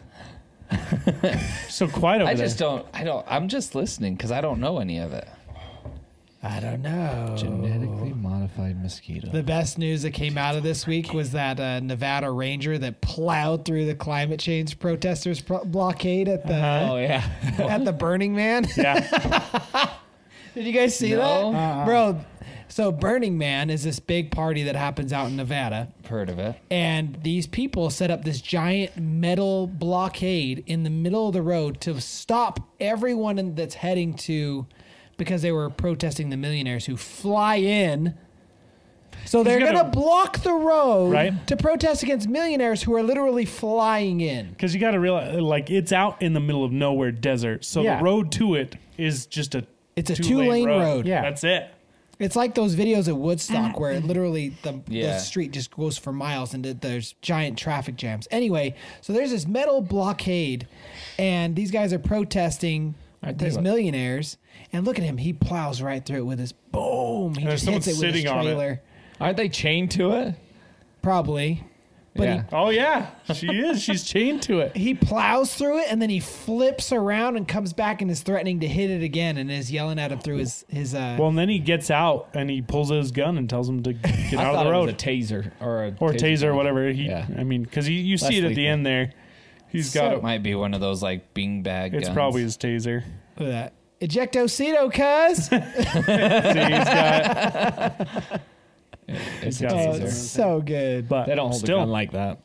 So quite over
I
there.
just don't. I don't. I'm just listening because I don't know any of it.
I don't know.
Oh.
Genetically modified mosquito.
The best news that came out of this week was that uh, Nevada ranger that plowed through the climate change protesters pro- blockade at the
Oh yeah.
at the Burning Man.
yeah.
Did you guys see
No.
that, bro? So Burning Man is this big party that happens out in Nevada.
I've heard of it.
and these people set up this giant metal blockade in the middle of the road to stop everyone in- that's heading to because they were protesting the millionaires who fly in so they're
gotta-
gonna, block the road
Right.
to protest against millionaires who are literally flying in
Because you got to realize, like, it's out in the middle of nowhere desert, so
Yeah.
the road to it is just a
It's a
two-lane
two-lane road.
Yeah.
that's it.
it's like those videos at woodstock where it literally the,
Yeah.
the street just goes for miles and th- there's giant traffic jams anyway so there's this metal blockade and these guys are protesting
tell you
these
what.
millionaires and look at him he plows right through it with his boom he
There's
just hits
someone
it with his
sitting on it.
trailer
Aren't they chained to it?
probably but
Yeah.
Oh yeah, she is. She's chained to it.
he, he plows through it and then he flips around and comes back and is threatening to hit it again and is yelling at him through his his uh
Well, and then he gets out and he pulls out his gun and tells him to get
I
out of
thought
the
it
road
was a taser or a
or taser or whatever. He,
Yeah.
I mean, because you see it at the
lethal.
end there. He's
So
got
it
a,
might be one of those like bing bag.
it's
guns.
probably his taser.
look at that ejectocito cuz
See, he's got,
It's a
Yeah.
oh,
taser.
it's so good
but
They don't hold
still,
a gun like that.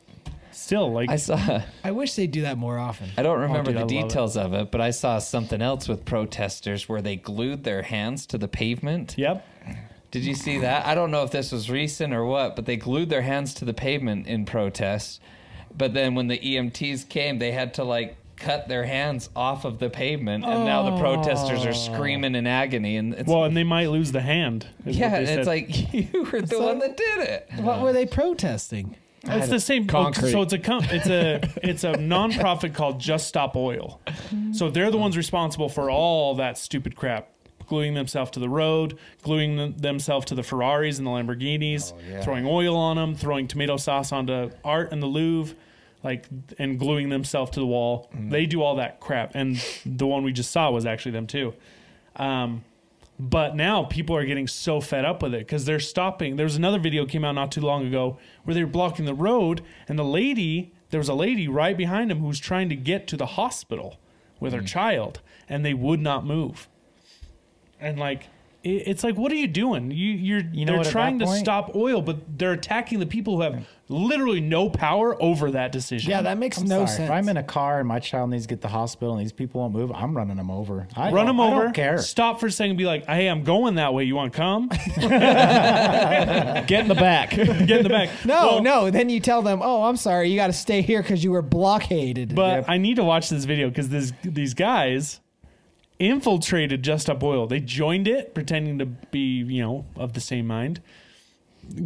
still like
I saw.
i wish they'd do that more often
I don't remember
Oh, dude, I
the
love it.
details of it, but I saw something else with protesters where they glued their hands to the pavement.
yep.
Did you see that? I don't know if this was recent or what, but they glued their hands to the pavement in protest. But then when the EMTs came, they had to like cut their hands off of the pavement, and now the protesters are screaming in agony. And it's
Oh. Well, and they might lose the hand. is what
yeah,
they
and
said.
it's like you were the
So-
one that did it.
What were they protesting?
It's the same. oh,
Concrete.
So it's a com- it's a it's a nonprofit called Just Stop Oil. So they're the ones responsible for all that stupid crap, gluing themselves to the road, gluing them- themselves to the Ferraris and the Lamborghinis, throwing oil on them, throwing tomato sauce onto art in the Louvre, like and gluing themselves to the wall. They do all that crap, and the one we just saw was actually them too. Um, but now people are getting so fed up with it because they're stopping. There was another video came out not too long ago where they were blocking the road, and the lady, there was a lady right behind him who was trying to get to the
Hmm.
hospital with her child, and they would not move. And like, it- it's like what are you doing? You you're
You know
they're
what, at
trying
that
to
point-
stop oil, but they're attacking the people who have literally no power over that decision.
Yeah, that makes no
Sorry,
sense.
If I'm in a car and my child needs to get to the hospital and these people won't move, I'm running them over. I
Run them
I
over.
don't care.
Stop for a second. And be like, hey, I'm going that way. You want to come?
Get in the back.
Get in the back.
no,
Well,
no. Then you tell them, "Oh, I'm sorry, you got to stay here because you were blockaded."
But I need to watch this video because this these guys infiltrated Just Up Oil. They joined it, pretending to be you know of the same mind.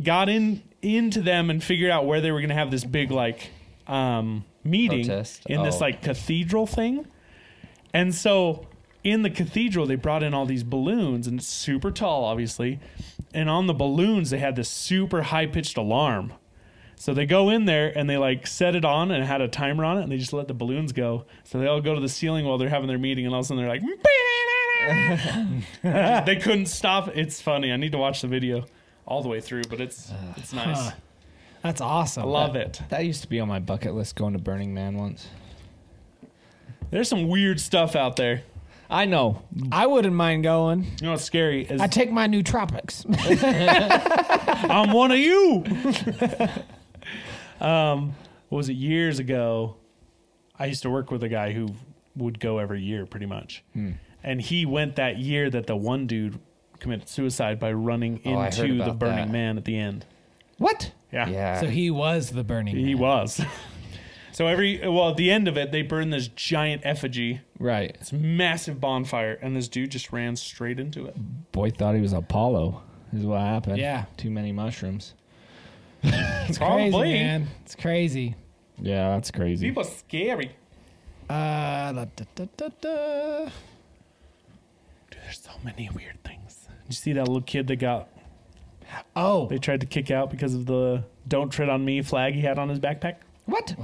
Got in into them and figured out where they were going to have this big like um, meeting
Protest?
in this
Oh.
like cathedral thing. And so in the cathedral, they brought in all these balloons and it's super tall, obviously. And on the balloons, they had this super high pitched alarm. So they go in there and they like set it on and had a timer on it and they just let the balloons go. So they all go to the ceiling while they're having their meeting and all of a sudden they're like, they couldn't stop. It's funny. I need to watch the video all the way through, but it's it's nice.
That's awesome.
I love it.
that used to be on my bucket list going to Burning Man once.
There's some weird stuff out there.
I know.
I wouldn't mind going.
You know what's scary is
I take my nootropics.
I'm one of you. um, what was it years ago? I used to work with a guy who would go every year, pretty much,
Hmm.
and he went that year that the one dude committed suicide by running
Oh, I heard
into the
about
Burning
that.
Man at the end.
what?
Yeah,
Yeah.
So he was the Burning.
he
Man.
was. so every well, at the end of it, they burned this giant effigy.
Right.
It's a massive bonfire, and this dude just ran straight into it.
Boy thought he was Apollo. Is what happened.
Yeah.
Too many mushrooms.
It's
Probably.
crazy, man. It's crazy.
Yeah, that's crazy.
People are scary.
Uh, da, da, da, da, da.
There's so many weird things. Did you see that little kid that got
Oh,
they tried to kick out because of the "Don't Tread on Me" flag he had on his backpack.
what?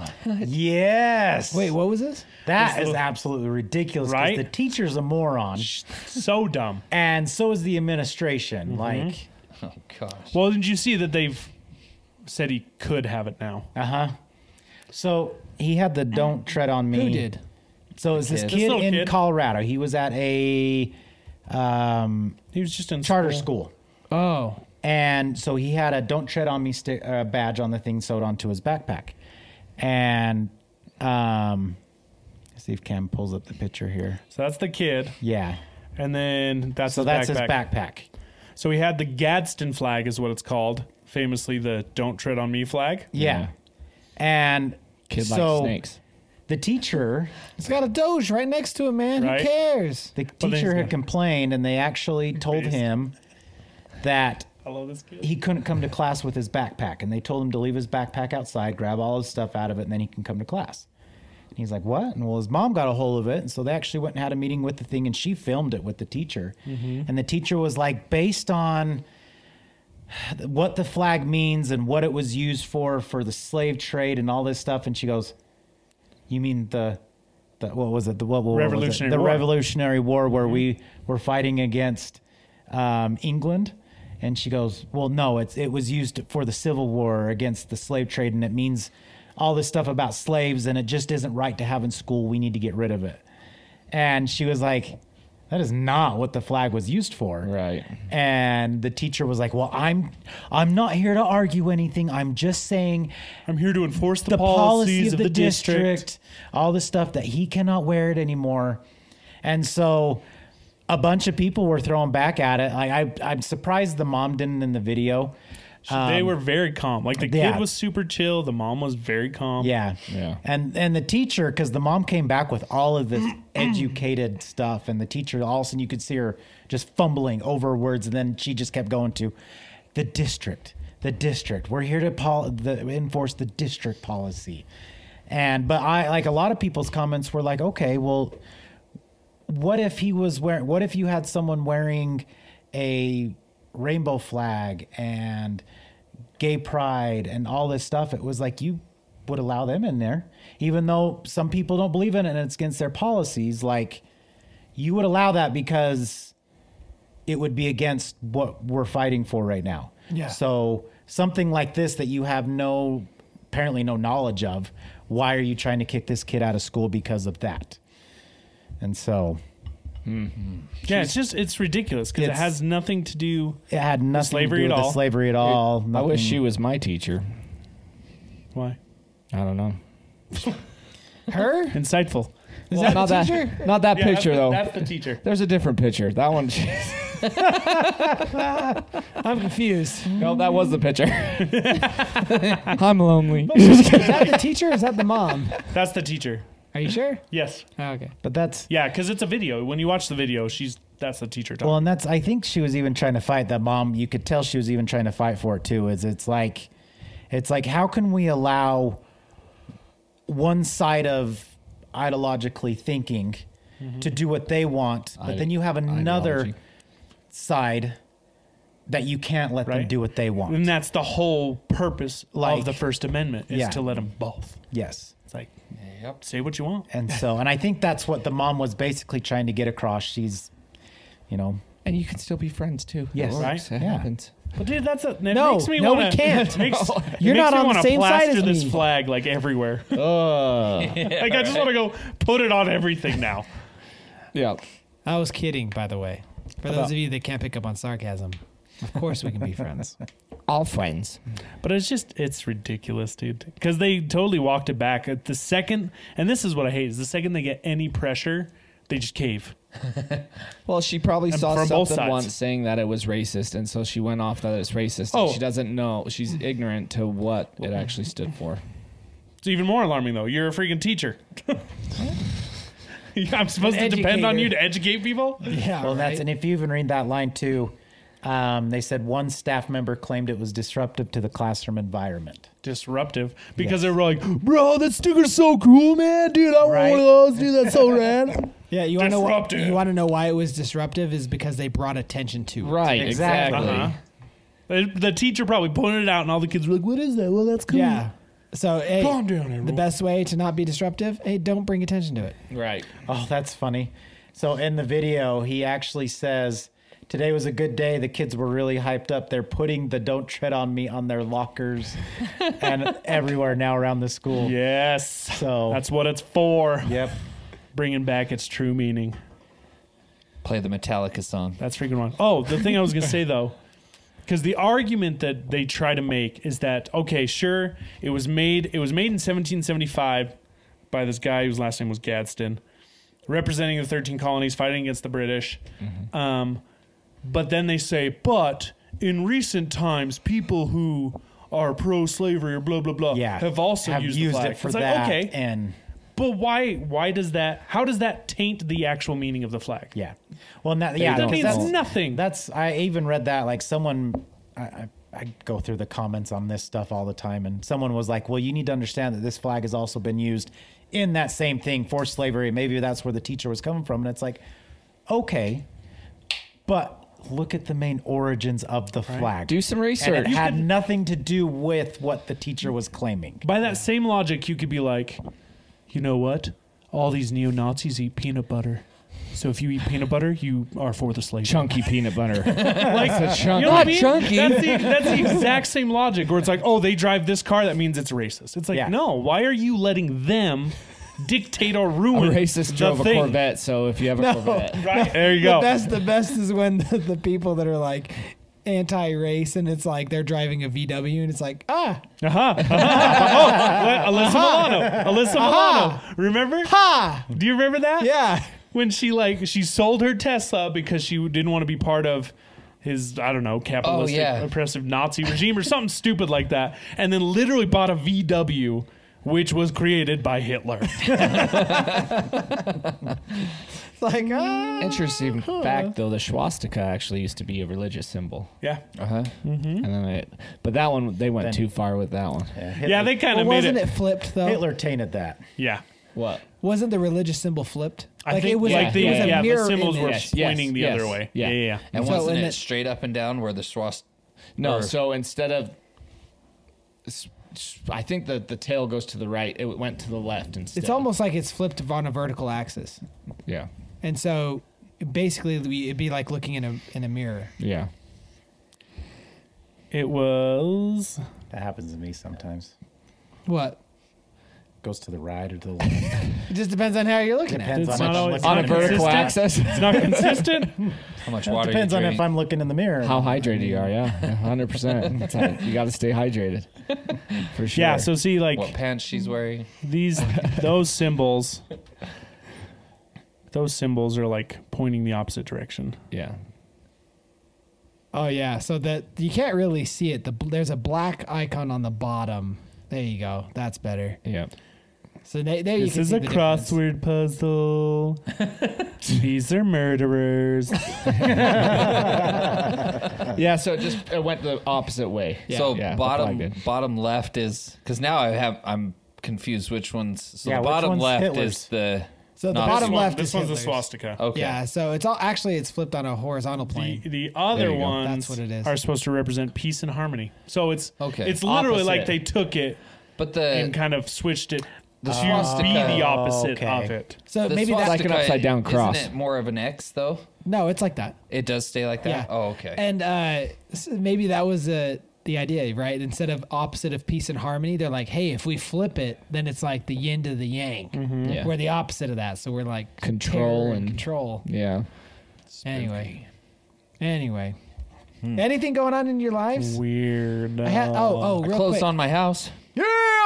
Yes.
Wait, what was this?
that is absolutely ridiculous. 'cause
Right?
The teacher's a moron,
so dumb.
and so is the administration.
Mm-hmm.
Like,
oh gosh.
Well, didn't you see that they've said he could have it now?
uh huh. So he had the "Don't Tread on Me."
Who did?
So is this
This
kid
little
in
kid.
Colorado? He was at a um,
He was just in
charter school.
Oh,
And so he had a "Don't Tread on Me" sti- uh, badge on the thing sewed onto his backpack. And um, let's see if Cam pulls up the picture here.
So that's the kid,
Yeah,
and then that's
so
his
that's
backpack.
his backpack.
So he had the Gadsden flag, is what it's called, famously the "Don't Tread on Me" flag.
Yeah,
Yeah.
and
Kid
so
likes snakes.
the teacher,
it's got a Doge right next to him, man.
Right?
Who cares?
the
he's
teacher
gonna-
had complained, and they actually told
Based.
him that
I love this kid.
he couldn't come to class with his backpack, and they told him to leave his backpack outside, grab all his stuff out of it, and then he can come to class. And he's like, "What?" And well, his mom got a hold of it, and so they actually went and had a meeting with the thing, and she filmed it with the teacher,
Mm-hmm.
and the teacher was like, based on what the flag means and what it was used for for the slave trade and all this stuff, and she goes, "You mean the." The, what was it? The what, what was it?
Revolutionary
The
War.
Revolutionary War, where we were fighting against um, England. And she goes, Well, no, it's, it was used for the Civil War against the slave trade, and it means all this stuff about slaves, and it just isn't right to have in school. We need to get rid of it. And she was like, That is not what the flag was used for.
Right.
And the teacher was like, "Well, I'm, I'm not here to argue anything. I'm just saying
I'm here to enforce the,
the policy
policies
of the, district, all the stuff that he cannot wear it anymore. And so a bunch of people were throwing back at it. I, I I'm surprised the mom didn't in the video.
Um,
they were very calm. Like the
yeah.
kid was super chill. The mom was very calm.
Yeah.
Yeah.
And and the teacher, because the mom came back with all of this educated stuff, and the teacher all of a sudden you could see her just fumbling over words, and then she just kept going to the district, the district. We're here to pol- the, enforce the district policy, and but I like a lot of people's comments were like, okay, well, what if he was wearing? What if you had someone wearing a rainbow flag and gay pride and all this stuff? It was like you would allow them in there, even though some people don't believe in it and it's against their policies. Like you would allow that because it would be against what we're fighting for right now.
Yeah.
So something like this that you have no apparently no knowledge of. Why are you trying to kick this kid out of school because of that? And so
Yeah, it's just it's ridiculous because it
It's-
has nothing to do.
It had nothing
Slavery
to do
at
with
all.
The slavery at all.
I wish
nothing-
she was my teacher.
Why
I don't know.
Her?
insightful?
Is that
not
the
that-
teacher?
Not that
Yeah, that's
picture
the-
though.
That's the teacher.
There's a different picture. That one.
I'm confused.
no, that was the picture. I'm lonely.
Is that the teacher or is that the mom?
That's the teacher.
Are you sure?
Yes.
Oh, okay.
But that's
Yeah, because it's a video. When you watch the video, she's that's the teacher talking.
Well, and that's I think she was even trying to fight that mom. You could tell she was even trying to fight for it too. Is it's like, it's like how can we allow one side of ideologically thinking to do what they want, but then you have another
ideology.
side that you can't let them
Right. Mm-hmm.
do what they want.
and that's the whole purpose
Like-
of the First Amendment is
Yeah.
to let them both.
Yes.
It's like
Yep.
say what you want.
And so, and I think that's what the mom was basically trying to get across. She's, you know,
And you can still be friends too.
Yes.
It works. It
Yeah.
happens.
But dude, that's a, it
No,
makes me
no, we
wanna,
can't.
it Makes, it
You're
makes
not
me
on the
wanna
same side
plaster
as
this
me.
flag like everywhere. like I just want to go put it on everything now.
yeah.
I was kidding, by the way. For those of you that can't pick up on sarcasm, of course we can be friends.
All friends.
But it's just it's ridiculous, dude. Because they totally walked it back at the second, and this is what I hate: is the second they get any pressure, they just cave.
Well, she probably
And
saw
from both
something
sides.
once saying that it was racist, and so she went off that it's racist. and
Oh.
She doesn't know. She's ignorant to what it actually stood for.
It's even more alarming though. You're a freaking teacher. I'm supposed to depend on
educator.
you to educate people.
yeah,
Well, that's
right?
and if you even read that line too, um, they said one staff member claimed it was disruptive to the classroom environment.
Disruptive because they're like, bro, that sticker's so cool, man, dude. I want
Right.
one of those, dude. That's so rad.
yeah. You want to know why,
Disruptive.
you want to know why it was disruptive is because they brought attention to it.
Right.
Exactly.
Exactly.
uh-huh. The the teacher probably pointed it out, and all the kids were like, "What is that? Well, that's cool."
Yeah. So hey,
Calm down, everyone.
the best way to not be disruptive, hey, don't bring attention to it.
Right.
Oh, that's funny. So in the video, he actually says, "Today was a good day. The kids were really hyped up. They're putting the don't tread on me on their lockers and everywhere now around the school."
Yes.
So
That's what it's for.
yep.
Bringing back its true meaning.
Play the Metallica song.
That's freaking wrong. Oh, the thing I was gonna say though, because the argument that they try to make is that okay, sure, it was made it was made in 1775 by this guy whose last name was Gadsden, representing the 13 colonies fighting against the British.
Mm-hmm.
Um, but then they say, but in recent times, people who are pro-slavery or blah blah blah
Yeah.
have also used, the flag.
it for
it's like,
that.
okay,
And
but why? Why does that? How does that taint the actual meaning of the flag?
Yeah. Well, and that, yeah,
don't
because
means
that's-
nothing.
That's I even read that like someone. I, I, I go through the comments on this stuff all the time, and someone was like, "Well, you need to understand that this flag has also been used in that same thing for slavery. Maybe that's where the teacher was coming from." And it's like, okay, but look at the main origins of the flag.
Do some
and it
research.
had nothing to do with what the teacher was claiming.
By that same logic, you could be like, you know what? All these neo Nazis eat peanut butter. So if you eat peanut butter, you are for the slave.
Chunky peanut butter.
like, you know what I mean? That's the, that's the exact same logic where it's like, oh, they drive this car, that means it's racist. It's like,
Yeah.
no, why are you letting them dictate or
A
ruin
racist
the
drove a
thing?
Corvette, so if you have a Corvette.
Right, there you go.
The best, the best is when the, the people that are like anti-race and it's like they're driving a VW and it's like ah
Uh-huh. uh-huh. Oh, wait, Alyssa
Uh-huh.
Milano. Alyssa Milano. Remember?
ah
Do you remember that?
yeah
when she like she sold her Tesla because she didn't want to be part of his I don't know capitalistic
yeah.
oppressive Nazi regime or something stupid like that, and then literally bought a VW. Which was created by Hitler.
it's like ah
Interesting fact, though, the swastika actually used to be a religious symbol.
Yeah,
Uh huh. And then it, but that one they went too far with that one.
Hitler,
Hmm? yeah, they kind
well,
of made
wasn't
it.
it. flipped though
Hitler tainted that.
Yeah,
What?
wasn't the religious symbol flipped
I think it was like the,
it was a
yeah, the
mirror
symbols were
image.
Yes, yes,
pointing the
yes,
other way. Yeah,
yeah.
yeah, yeah.
And
So
wasn't
in
it
it-
straight up and down where the swast?
No.
Or-
so instead of, s- s- I think the the tail goes to the right. It went to the left instead.
it's almost like it's flipped on a vertical axis
Yeah.
and so basically we, it'd be like looking in a in a mirror
Yeah.
It was
That happens to me sometimes.
what
goes to the right or to the left.
It just depends on how you're looking at it.
Depends
It's not
on, if I'm
always-
looking-
on a vertical axis.
Consistent? It's not consistent.
How much water?
depends
you
on if
drink.
I'm looking in the mirror.
How hydrated you are, yeah, hundred percent. You got to stay hydrated, for sure.
Yeah. So see, like
What pants she's wearing?
these, those symbols, those symbols are like pointing the opposite direction.
yeah,
Oh yeah, so that you can't really see it. The bl- there's a black icon on the bottom. There you go. That's better.
yeah.
So na- there you
This
can
is
see
a
the difference.
crossword puzzle. These are murderers.
Yeah, so it just it went the opposite way.
so
yeah, the flag
bottom
did.
bottom left is because now I have I'm confused which ones. So
Yeah,
the
which
bottom
one's
left
Hitler's?
is the
So the
not
bottom
this
left
this
is
one's
Hitler's.
a swastika.
Okay.
Yeah, so it's all actually it's flipped on a horizontal plane.
The, the other
you go.
ones
That's what it is.
are supposed to represent peace and harmony. So it's
Okay.
it's literally
Opposite.
like they took it
But
Uh,
and
the
kind of switched it
The
to
swastika.
be the opposite
Okay.
Oh,
of it.
so
the
maybe that's
like an
swastika,
upside down cross.
Isn't it more of an X though?
no, it's like that.
It does stay like that.
Yeah.
Oh, okay.
And uh, s- maybe that was uh, the idea, right? Instead of opposite of peace and harmony, they're like, hey, if we flip it, then it's like the yin to the yang.
Yeah.
We're the opposite of that, so we're like
Mm-hmm. Control
terror
and-
control.
yeah.
Anyway, anyway,
Hmm.
anything going on in your lives?
Weird.
I had, oh, oh,
I
real
closed
quick.
on my house.
Ah,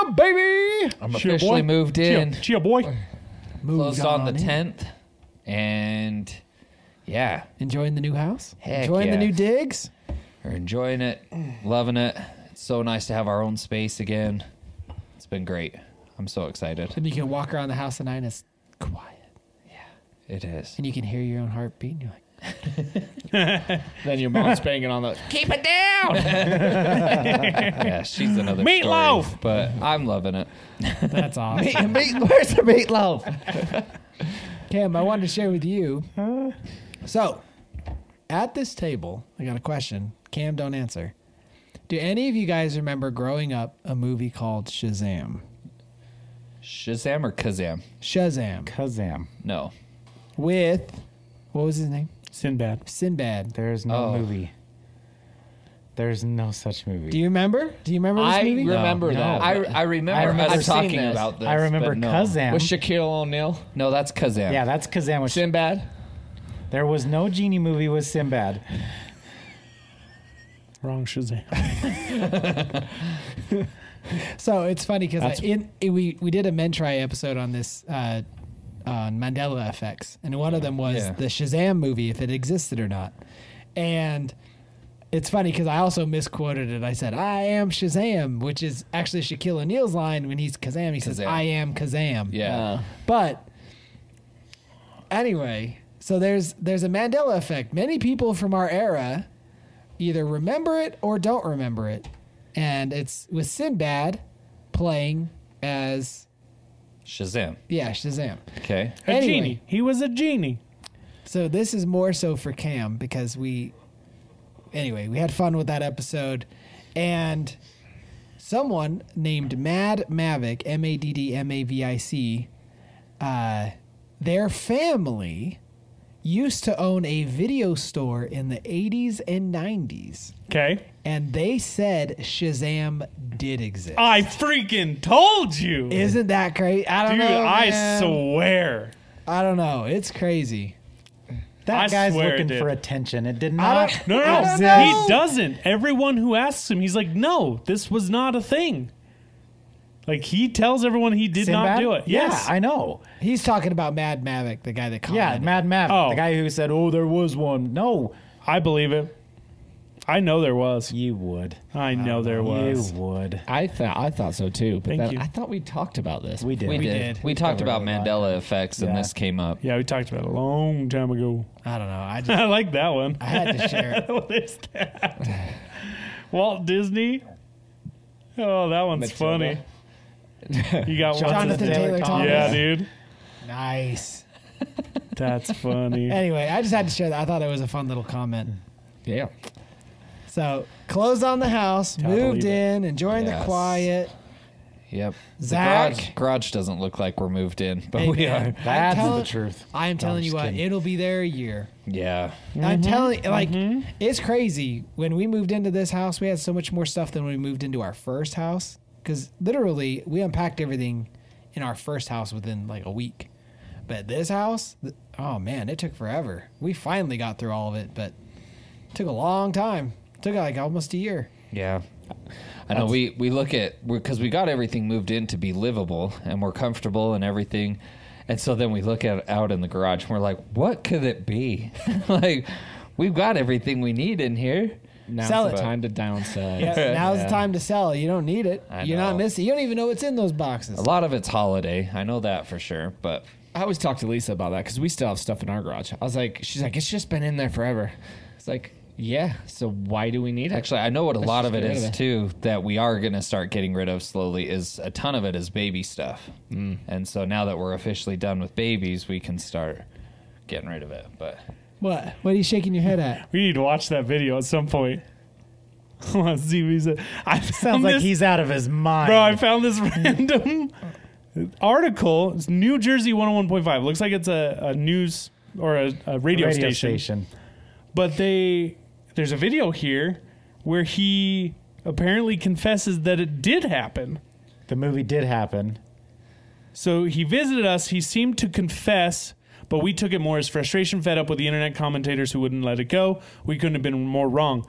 yeah, baby.
I'm
Chia
officially
boy.
moved
Chia,
in.
Chia boy.
Moved
Closed on the
in.
tenth, and yeah,
Enjoying the new house.
Heck
Enjoying the
yeah.
new digs.
we're enjoying it, loving it. It's so nice to have our own space again. It's been great. I'm so excited.
And you can walk around the house at night and it's quiet,
It is.
and you can hear your own heartbeat. And you're like,
Then your mom's banging on the
Keep it down.
Yeah, she's another story,
Meatloaf!
But I'm loving it.
that's awesome.
where's the meatloaf?
Cam, I wanted to share with you. So, at this table, I got a question. Cam, don't answer. Do any of you guys remember growing up a movie called Shazam?
Shazam or Kazam?
Shazam
Kazam.
No.
with what was his name?
Sinbad.
Sinbad.
There is no
Oh.
movie. There is no such movie.
Do you remember? Do you remember this
I
movie?
remember
Oh,
No,
that.
I, I remember
I remember
us
seeing
talking
this.
about this.
I remember
but no.
Kazam.
with Shaquille O'Neal.
No, that's Kazam.
yeah, that's Kazam. Which
Sinbad.
there was no genie movie with Sinbad.
Wrong Shazam.
So it's funny because
That's-
in it- we we did a Mentry episode on this uh, on Mandela effects, and one of them was
Yeah.
the Shazam movie, if it existed or not. And it's funny because I also misquoted it. I said I am Shazam, which is actually Shaquille O'Neal's line when he's Kazam. He says
Kazam.
I am Kazam.
Yeah.
Uh,
But anyway, so there's there's a Mandela effect. Many people from our era either remember it or don't remember it. And it's with Sinbad playing as
Shazam.
yeah, Shazam.
Okay.
A
Anyway.
genie. He was a genie.
So this is more so for Cam because we anyway, we had fun with that episode and someone named Mad Mavic, M A D D M A V I C, uh their family used to own a video store in the 80s and 90s
Okay.
and they said Shazam did exist.
I freaking told you.
Isn't that crazy? I don't
Dude,
know.
I
man.
swear.
I don't know. It's crazy.
That
I
guy's
swear it
looking
did.
for attention. It did
I
not.
don't-
No, no, no.
exist.
Oh, he doesn't. Everyone who asks him, he's like, "No, this was not a thing." Like he tells everyone he did
Sinbad?
not do it. Yes,
Yeah, I know.
Oh,
He's talking about Mad Mavic, the guy that
Yeah,
commented.
Mad Mav,
Oh.
the guy who said, "Oh, there was one." No,
I, believe it. I know there was.
you would.
I know there was.
You would.
I thought I thought so too. But
Thank
then
you.
I thought we talked about this.
We did.
We, did. We talked
covered
about
a lot.
Mandela effects, and
Yeah.
this came up.
Yeah, we talked about it a long time ago.
I don't know. I just
I like that one.
I had to share it.
what is that? Walt Disney. Oh, that one's
Matilda.
funny. You got one.
Jonathan
Taylor
Taylor Thomas.
Thomas.
Yeah, dude.
Nice.
That's funny.
Anyway, I just had to share that. I thought it was a fun little comment.
Yeah.
So closed on the house, moved
believe it.
in, enjoying the
Yes.
quiet.
Yep.
Zach.
The garage, garage doesn't look like we're moved in, but
Hey,
we
man,
are.
I'm
That's
tell-
the truth.
I am telling
just
you what,
kidding.
it'll be there a year.
Yeah.
I'm
Mm-hmm.
telling like it's crazy. When we moved into this house, we had so much more stuff than when we moved into our first house. Cause literally we unpacked everything in our first house within like a week. But this house, th- oh man, it took forever. We finally got through all of it, but it took a long time. It took like almost a year.
Yeah. I know we, we look at because we got everything moved in to be livable and we're comfortable and everything, and so then we look at out in the garage and we're like, what could it be? like, we've got everything we need in here.
Now's
Sell
the
it.
time to downsize.
Now's the time to sell. You don't need it.
I
You're not
know.
missing. You don't even know what's in those boxes.
A lot of it's holiday, I know that for sure, but
I always talk to Lisa about that because we still have stuff in our garage. I was like, she's like, it's just been in there forever. It's like, yeah. So why do we need it?
actually, I know what a lot of
just
it
get rid
is
of it.
too that we are going to start getting rid of slowly. Is a ton of it is baby stuff, mm. and so now that we're officially done with babies, we can start getting rid of it. But
What? What are you shaking your head at?
We need to watch that video at some point. I want to see what he's. I
Sounds
found
like
this-
he's out of his mind.
Bro, I found this random article. It's New Jersey 101.5. Looks like it's a, a news or a, a radio,
radio
station. But they there's a video here where he apparently confesses that it did happen.
The movie did happen.
So he visited us. He seemed to confess, but we took it more as frustration fed up with the internet commentators who wouldn't let it go. We couldn't have been more wrong.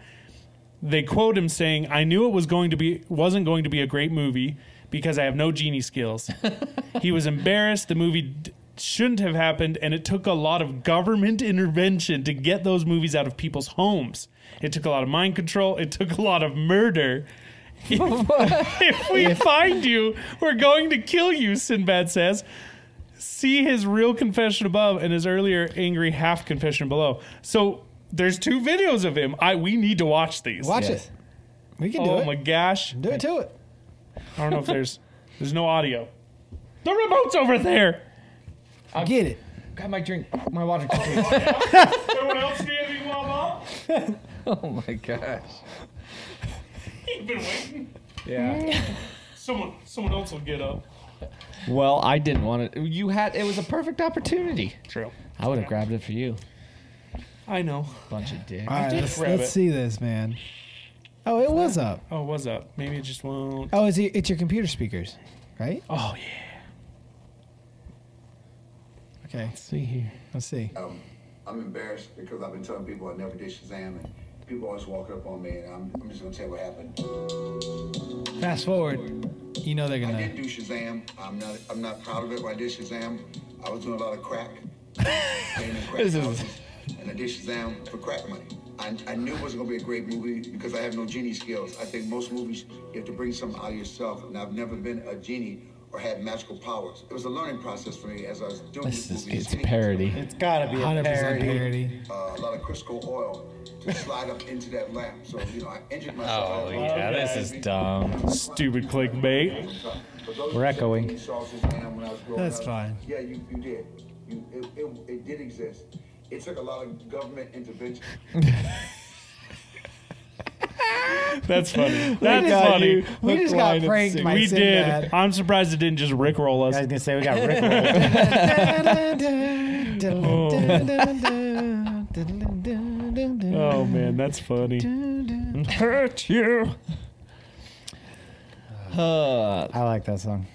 They quote him saying, "I knew it was going to be wasn't going to be a great movie because I have no genie skills." he was embarrassed. The movie d- shouldn't have happened, and it took a lot of government intervention to get those movies out of people's homes. It took a lot of mind control. It took a lot of murder. If, if we find you, we're going to kill you, Sinbad says. See his real confession above and his earlier angry half confession below. So there's two videos of him. I we need to watch these.
Watch
Yes.
it. We can do
Oh
it.
my gosh.
Do it to it.
I don't know if there's there's no audio. The remote's over there.
Get it.
Got my drink, my water.
Everyone else standing while mom?
oh my gosh,
You've been waiting. Yeah. someone someone else will get up.
Well, I didn't want to.
You had it was a perfect opportunity.
True.
I would have grabbed it for you.
I know.
Bunch of dicks.
All right,
did
let's,
grab
let's
it.
see this, man. Oh, it was up.
Oh, what's up? Maybe it just won't.
Oh, is it, it's your computer speakers, right?
Oh yeah.
Okay,
See here.
let's see.
Oh.
um, I'm embarrassed because I've been telling people I never did Shazam, and people always walk up on me, and I'm, I'm just gonna tell you what happened.
Fast forward. You know they're
I
gonna.
did do Shazam. I'm not I'm not proud of it. When I did Shazam, I was doing a lot of crack. Playing in crack houses, and I did Shazam for crack money. I, I knew it wasn't gonna be a great movie because I have no genie skills. I think most movies you have to bring something out of yourself, and I've never been a genie or had magical powers. It was a learning process for me as I was doing this,
This is
movie.
it's parody.
It's gotta be a
100%
parody.
parody.
uh, a lot of Crisco oil to slide up into that lamp. So, you know, I injured myself.
oh yeah, this is dumb.
Stupid clickbait.
We're echoing.
That's fine.
Yeah, you, you did. You, it, it, it did exist. It took a lot of government intervention.
That's funny. That's
got
funny.
you. We just got pranked by
We
Sinbad.
did. I'm surprised it didn't just rickroll
I was
us.
gonna say we got Rick.
Oh man, that's funny. Hurt you.
I like that song.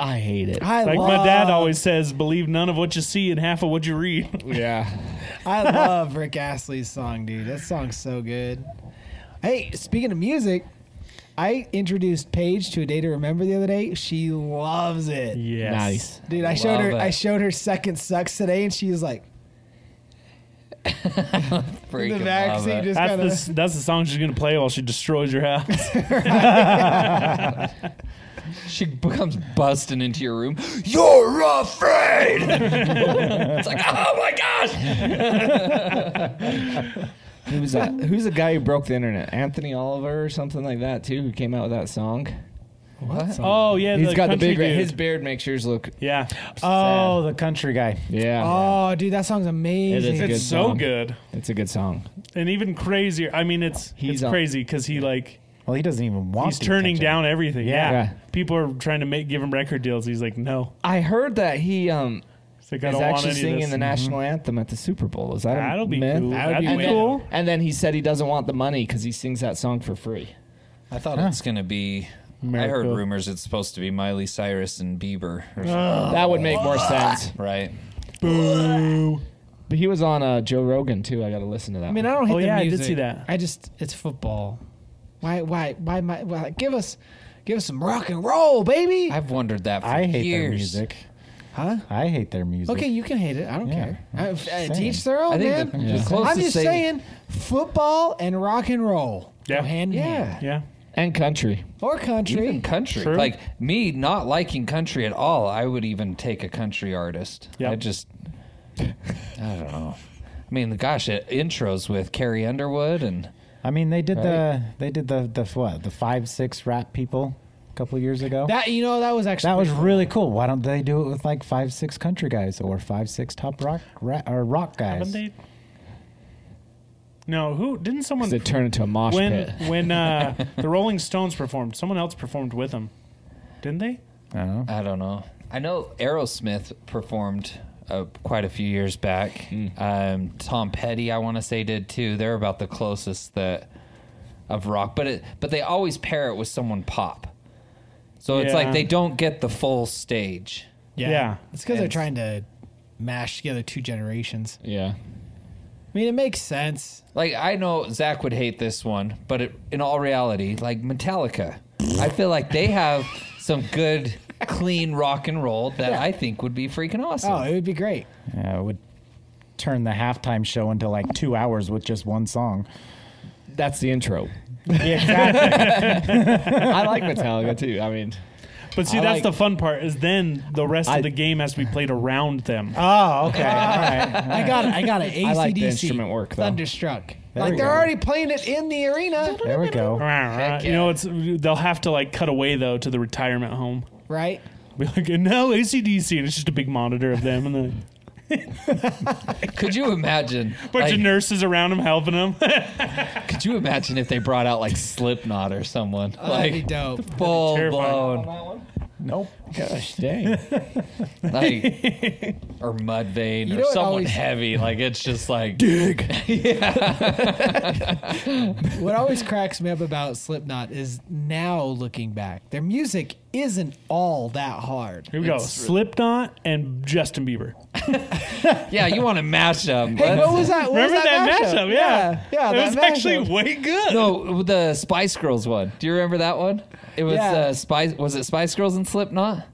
I hate it.
I
Like
love,
my dad always says, believe none of what you see and half of what you read.
Yeah.
I love Rick Astley's song, dude. That song's so good. Hey, speaking of music, I introduced Paige to a day to remember the other day. She loves it.
Yes.
Nice.
Dude, I showed her
Love it.
I showed her second sucks today and she was like
Freaking
the
love
vaccine
it.
just
That's
kind
the,
of
s- that's the song she's gonna play while she destroys your house.
She becomes busting into your room. You're afraid. it's like, oh my gosh.
Who's that? Who's the guy who broke the internet? Anthony Oliver or something like that too, who came out with that song.
oh yeah,
He's
the
got the
country
big.
dude.
His beard makes yours look.
yeah,
Oh, the country guy.
Yeah.
Oh, dude, that song's amazing.
It is a
it's
good
so
song.
good
It's a good song.
and even crazier. I mean, it's
He's
it's
on-
crazy because he like
Well, he doesn't even want.
he's
the
turning
country.
down everything. Yeah.
Yeah.
people are trying to make give him record deals. He's like, no,
I heard that he um
it's like, I
is
don't want
actually
any of
singing
this. Mm-hmm.
the national anthem at the Super Bowl. Is that
That'll
a
be
myth?
cool. That'd be
and then-
cool.
And then he said he doesn't want the money because he sings that song for free.
I thought it's gonna be
America.
I heard rumors it's supposed to be Miley Cyrus and Bieber, or something,
Oh.
That would make more sense.
right?
But he was on uh, Joe Rogan too. I got to listen to that.
I mean, I don't hate
Oh,
the
yeah, I did
music.
see that.
I just it's football. Why why why my why, give us give us some rock and roll, baby.
I've wondered that for
I hate
years.
their music.
huh?
I hate their music.
Okay, you can hate it. I don't
Yeah.
care. I, I,
saying.
teach their own,
I
man.
think the, the closest
I'm just
thing-
saying, football and rock and roll
Yeah.
go hand in
Yeah.
hand,
Yeah.
and country.
or country.
Even country.
True.
Like me not liking country at all, I would even take a country artist.
Yep.
I just I don't know. I mean, gosh, it intros with Carrie Underwood and
I mean, they did the they did the the what the five six rap people a couple years ago.
that you know that was actually
That was really cool. Why don't they do it with like five six country guys or five six top rock ra- or rock
Haven't
guys?
they? No, who didn't someone?
They turn into a mosh
when
pit.
when uh, the Rolling Stones performed, someone else performed with them, didn't they?
I don't know.
I don't know. I know Aerosmith performed uh, quite a few years back. Um, Tom Petty, I want to say, did too. They're about the closest that of rock, but it, but they always pair it with someone pop. So it's
Yeah.
like they don't get the full stage.
yeah.
Yeah.
It's because they're
And-
trying to mash together two generations.
Yeah.
I mean, it makes sense.
Like I know Zach would hate this one, but it, in all reality, like Metallica, I feel like they have some good, clean rock and roll that I think would be freaking awesome.
Oh, it would be great.
Yeah, it would turn the halftime show into like two hours with just one song.
That's the intro.
exactly.
I like Metallica too. I mean,
But see,
I
that's
like-
the fun part is then the rest
I-
of the game has to be played around them.
Ah,
oh, okay. All right.
I got it. I got it. ACDC.
I like the instrument work, though.
Thunderstruck.
There
like
we
they're
go.
already playing it in the arena,
There we go.
you know, it's they'll have to like cut away though to the retirement home.
right?
Be like, and now ACDC, and it's just a big monitor of them, and the
Could you imagine?
bunch
like,
of nurses around them helping them.
Could you imagine if they brought out like Slipknot or someone?
That'd be
like
dope.
full
terrifying.
blown.
Nope.
gosh dang.
Like or Mudvayne
You know
or
what
someone
always-
heavy. Like it's just like Dig.
What always cracks me up about Slipknot is now looking back, their music isn't all that hard.
Here we go, Slipknot and Justin Bieber.
Yeah, you want a mashup.
Hey, what was that? What
Remember
was
that, mashup? Yeah,
yeah,
it
that
was
mashup.
actually way good.
no, the Spice Girls one. Do you remember that one? It was
Yeah.
uh, Spice was it Spice Girls and Slipknot?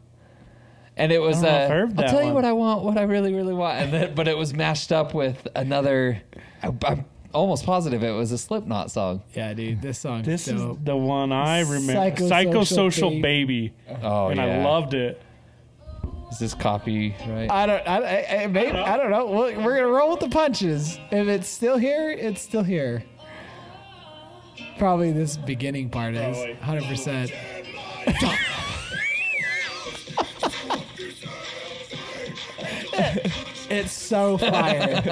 And it was
don't know
uh,
if I've heard
I'll
that
tell you
one.
what I want, what I really, really want. And then, but it was mashed up with another I, I'm almost positive it was a Slipknot song.
Yeah, dude, this song.
This is the one I remember.
Psychosocial
Psychosocial baby,
Oh
and I
yeah.
loved it.
Is this copyright?
I don't. I, I, I, maybe, I don't know. We'll- We're gonna roll with the punches. If it's still here, it's still here. Probably this beginning part is 100. percent It's so fire.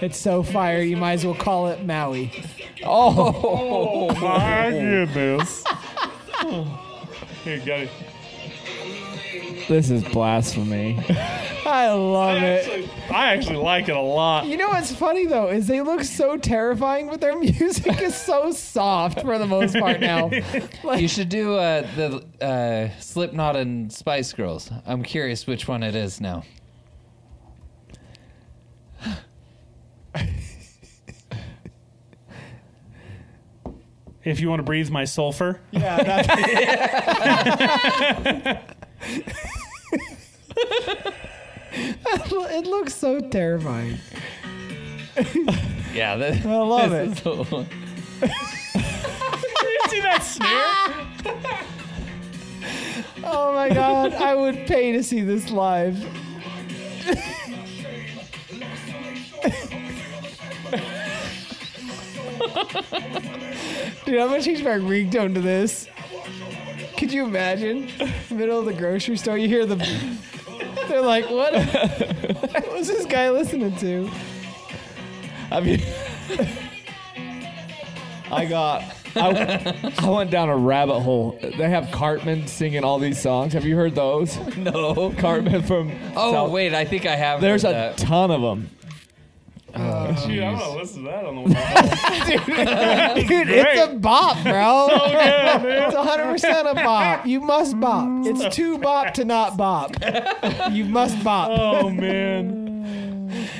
It's so fire. You might as well call it Maui.
Oh my goodness! Here, got it.
This is blasphemy.
I love it.
I actually like it a lot.
You know what's funny though is they look so terrifying, but their music is so soft for the most part now.
You should do uh, the uh, Slipknot and Spice Girls. I'm curious which one it is now.
If you want to breathe my sulfur,
It looks so terrifying.
Yeah, that,
I love it.
see that snare?
Oh my god, I would pay to see this live. Dude, I'm gonna change my ringtone to this. Could you imagine? Middle of the grocery store, you hear the. They're like, what? what was this guy listening to?
I mean, I got. I, I went down a rabbit hole. They have Cartman singing all these songs. Have you heard those? No. Cartman from.
oh
South-
wait, I think I have.
There's a
heard that.
ton of them.
Dude, I'm
Oh,
gonna listen to that on the way.
Dude, it's a bop, bro. it's 100% a bop. You must bop. It's too bop to not bop. You must bop.
Oh man.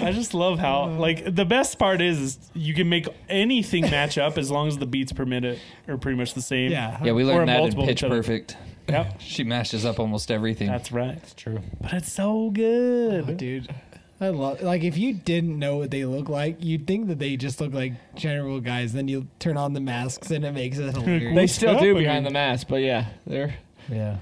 I just love how like the best part is, is you can make anything match up as long as the beats per minute are pretty much the same.
Yeah.
Yeah, we
Or a
learned that in
multiple of
Pitch
each other.
Perfect.
Yep.
She mashes up almost everything.
That's right.
True.
But it's so good.
Dude, I love like if you didn't know what they look like, you'd think that they just look like general guys. Then you turn on the masks and it makes it hilarious.
they
What's
still
up,
do
I
behind the
mean?
mask, but yeah, they're
yeah.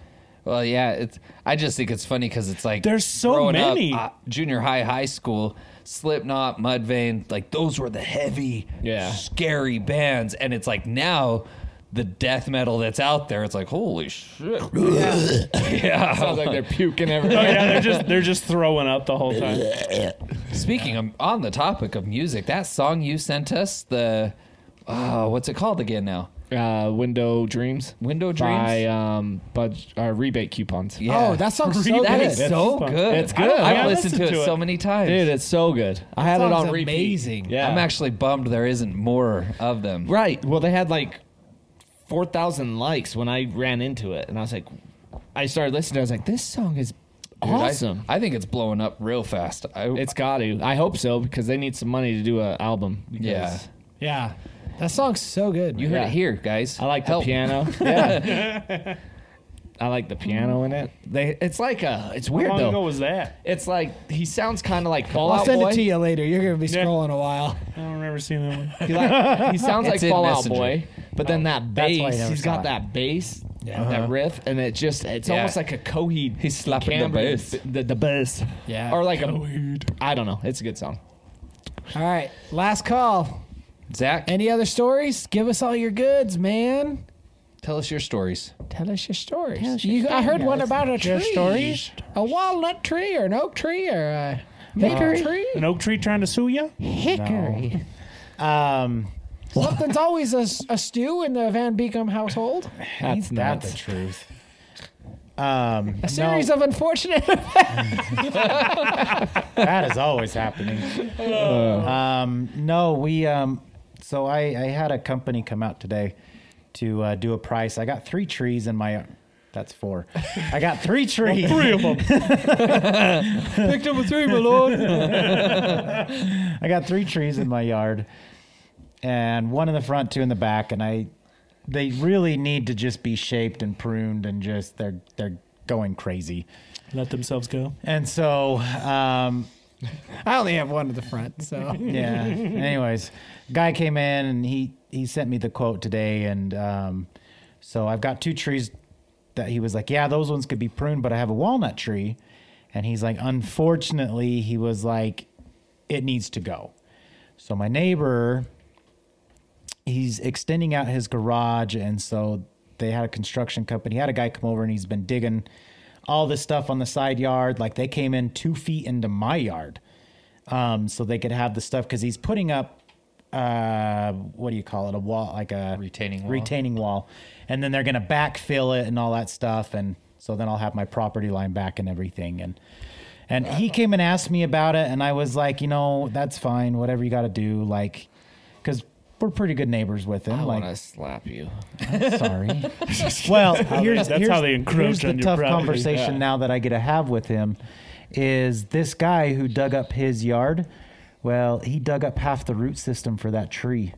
well, yeah, it's. I just think it's funny because it's like
There's so
growing
many.
Up, uh, junior high, high school, Slipknot, Mudvayne, like those were the heavy,
Yeah.
scary bands, and it's like now. The death metal that's out there, it's like holy shit! yeah.
sounds like they're puking everywhere.
Oh yeah, they're just they're just throwing up the whole time.
Speaking of, on the topic of music, that song you sent us, the oh, what's it called again now?
Uh, window dreams.
Window Dreams.
By um, budge, uh, rebate coupons.
Yeah.
Oh, that sounds so
That
good.
is so good.
It's good.
I've
Yeah, I
listened to it,
listened to
so
it.
many times.
Dude, it's so good. I had it
Sounds
on repeat.
amazing.
Yeah.
I'm actually bummed there isn't more of them.
Right. Well, they had like 4,000 likes when I ran into it. And I was like, I started listening. I was like, this song is
Dude, I-
awesome.
I, think it's blowing up real fast. I,
it's got to. I hope so because they need some money to do an album. because
yeah.
Yeah. That song's so good.
You heard
Yeah.
it here, guys.
I like
Help.
the piano. Yeah. I like the piano in it. They. It's like a. It's
How
weird
long ago
though.
was that?
It's like he sounds kind of like
I'll
Fallout
send
Boy.
it to you later. You're gonna be
Yeah.
scrolling a while.
I don't remember seeing that one.
He, like, he sounds
It's
like
in
Fallout
Messenger.
Boy, but then that
that's why I
bass,
never
he's
saw
got
it.
that bass, that riff, and it just, it's
Yeah.
almost like a Coheed.
He's slapping the
timbre,
bass.
The, the bass.
Yeah.
Or like a, I don't know. It's a good song.
All right. Last call.
Zach,
Any other stories? Give us all your goods, man.
tell us your stories.
Tell us your stories. you, I heard one about a tree. Stories? A walnut tree or an oak tree or a maple tree.
An oak tree trying to sue you?
Hickory.
Um,
Something's always a, s- a stew in the Van Beekum household.
That's
not the
nuts.
truth. Um,
A series of unfortunate.
that is always happening.
Uh.
Um, no, we. Um, so I, I had a company come out today to uh, do a price. I got three trees in my. That's four. I got three trees.
Three of them.
Picked up a three, my lord.
I got three trees in my yard, and one in the front, two in the back, and I. They really need to just be shaped and pruned, and just they're they're going crazy.
Let themselves go.
And so um,
I only have one at the front, so
yeah. Anyways, guy came in and he he sent me the quote today, and um, so I've got two trees that he was like, yeah, those ones could be pruned, but I have a walnut tree, and he's like, unfortunately, he was like, it needs to go. So my neighbor, he's extending out his garage, and so they had a construction company. Had a guy come over, and he's been digging all this stuff on the side yard. Like they came in two feet into my yard um, so they could have the stuff because he's putting up uh, what do you call it? A wall, like a
Retaining wall.
retaining wall, and then they're gonna backfill it and all that stuff, and so then I'll have my property line back and everything, and and he came and asked me about it, and I was like, you know, that's fine, whatever you got to do, like, because we're pretty good neighbors with him,
I
Oh,
want to
like,
slap you.
sorry. well, here's,
that's
here's,
how they encroach
here's the
on your
tough
property.
conversation now that I get to have with him is this guy who dug up his yard. Well, he dug up half the root system for that tree.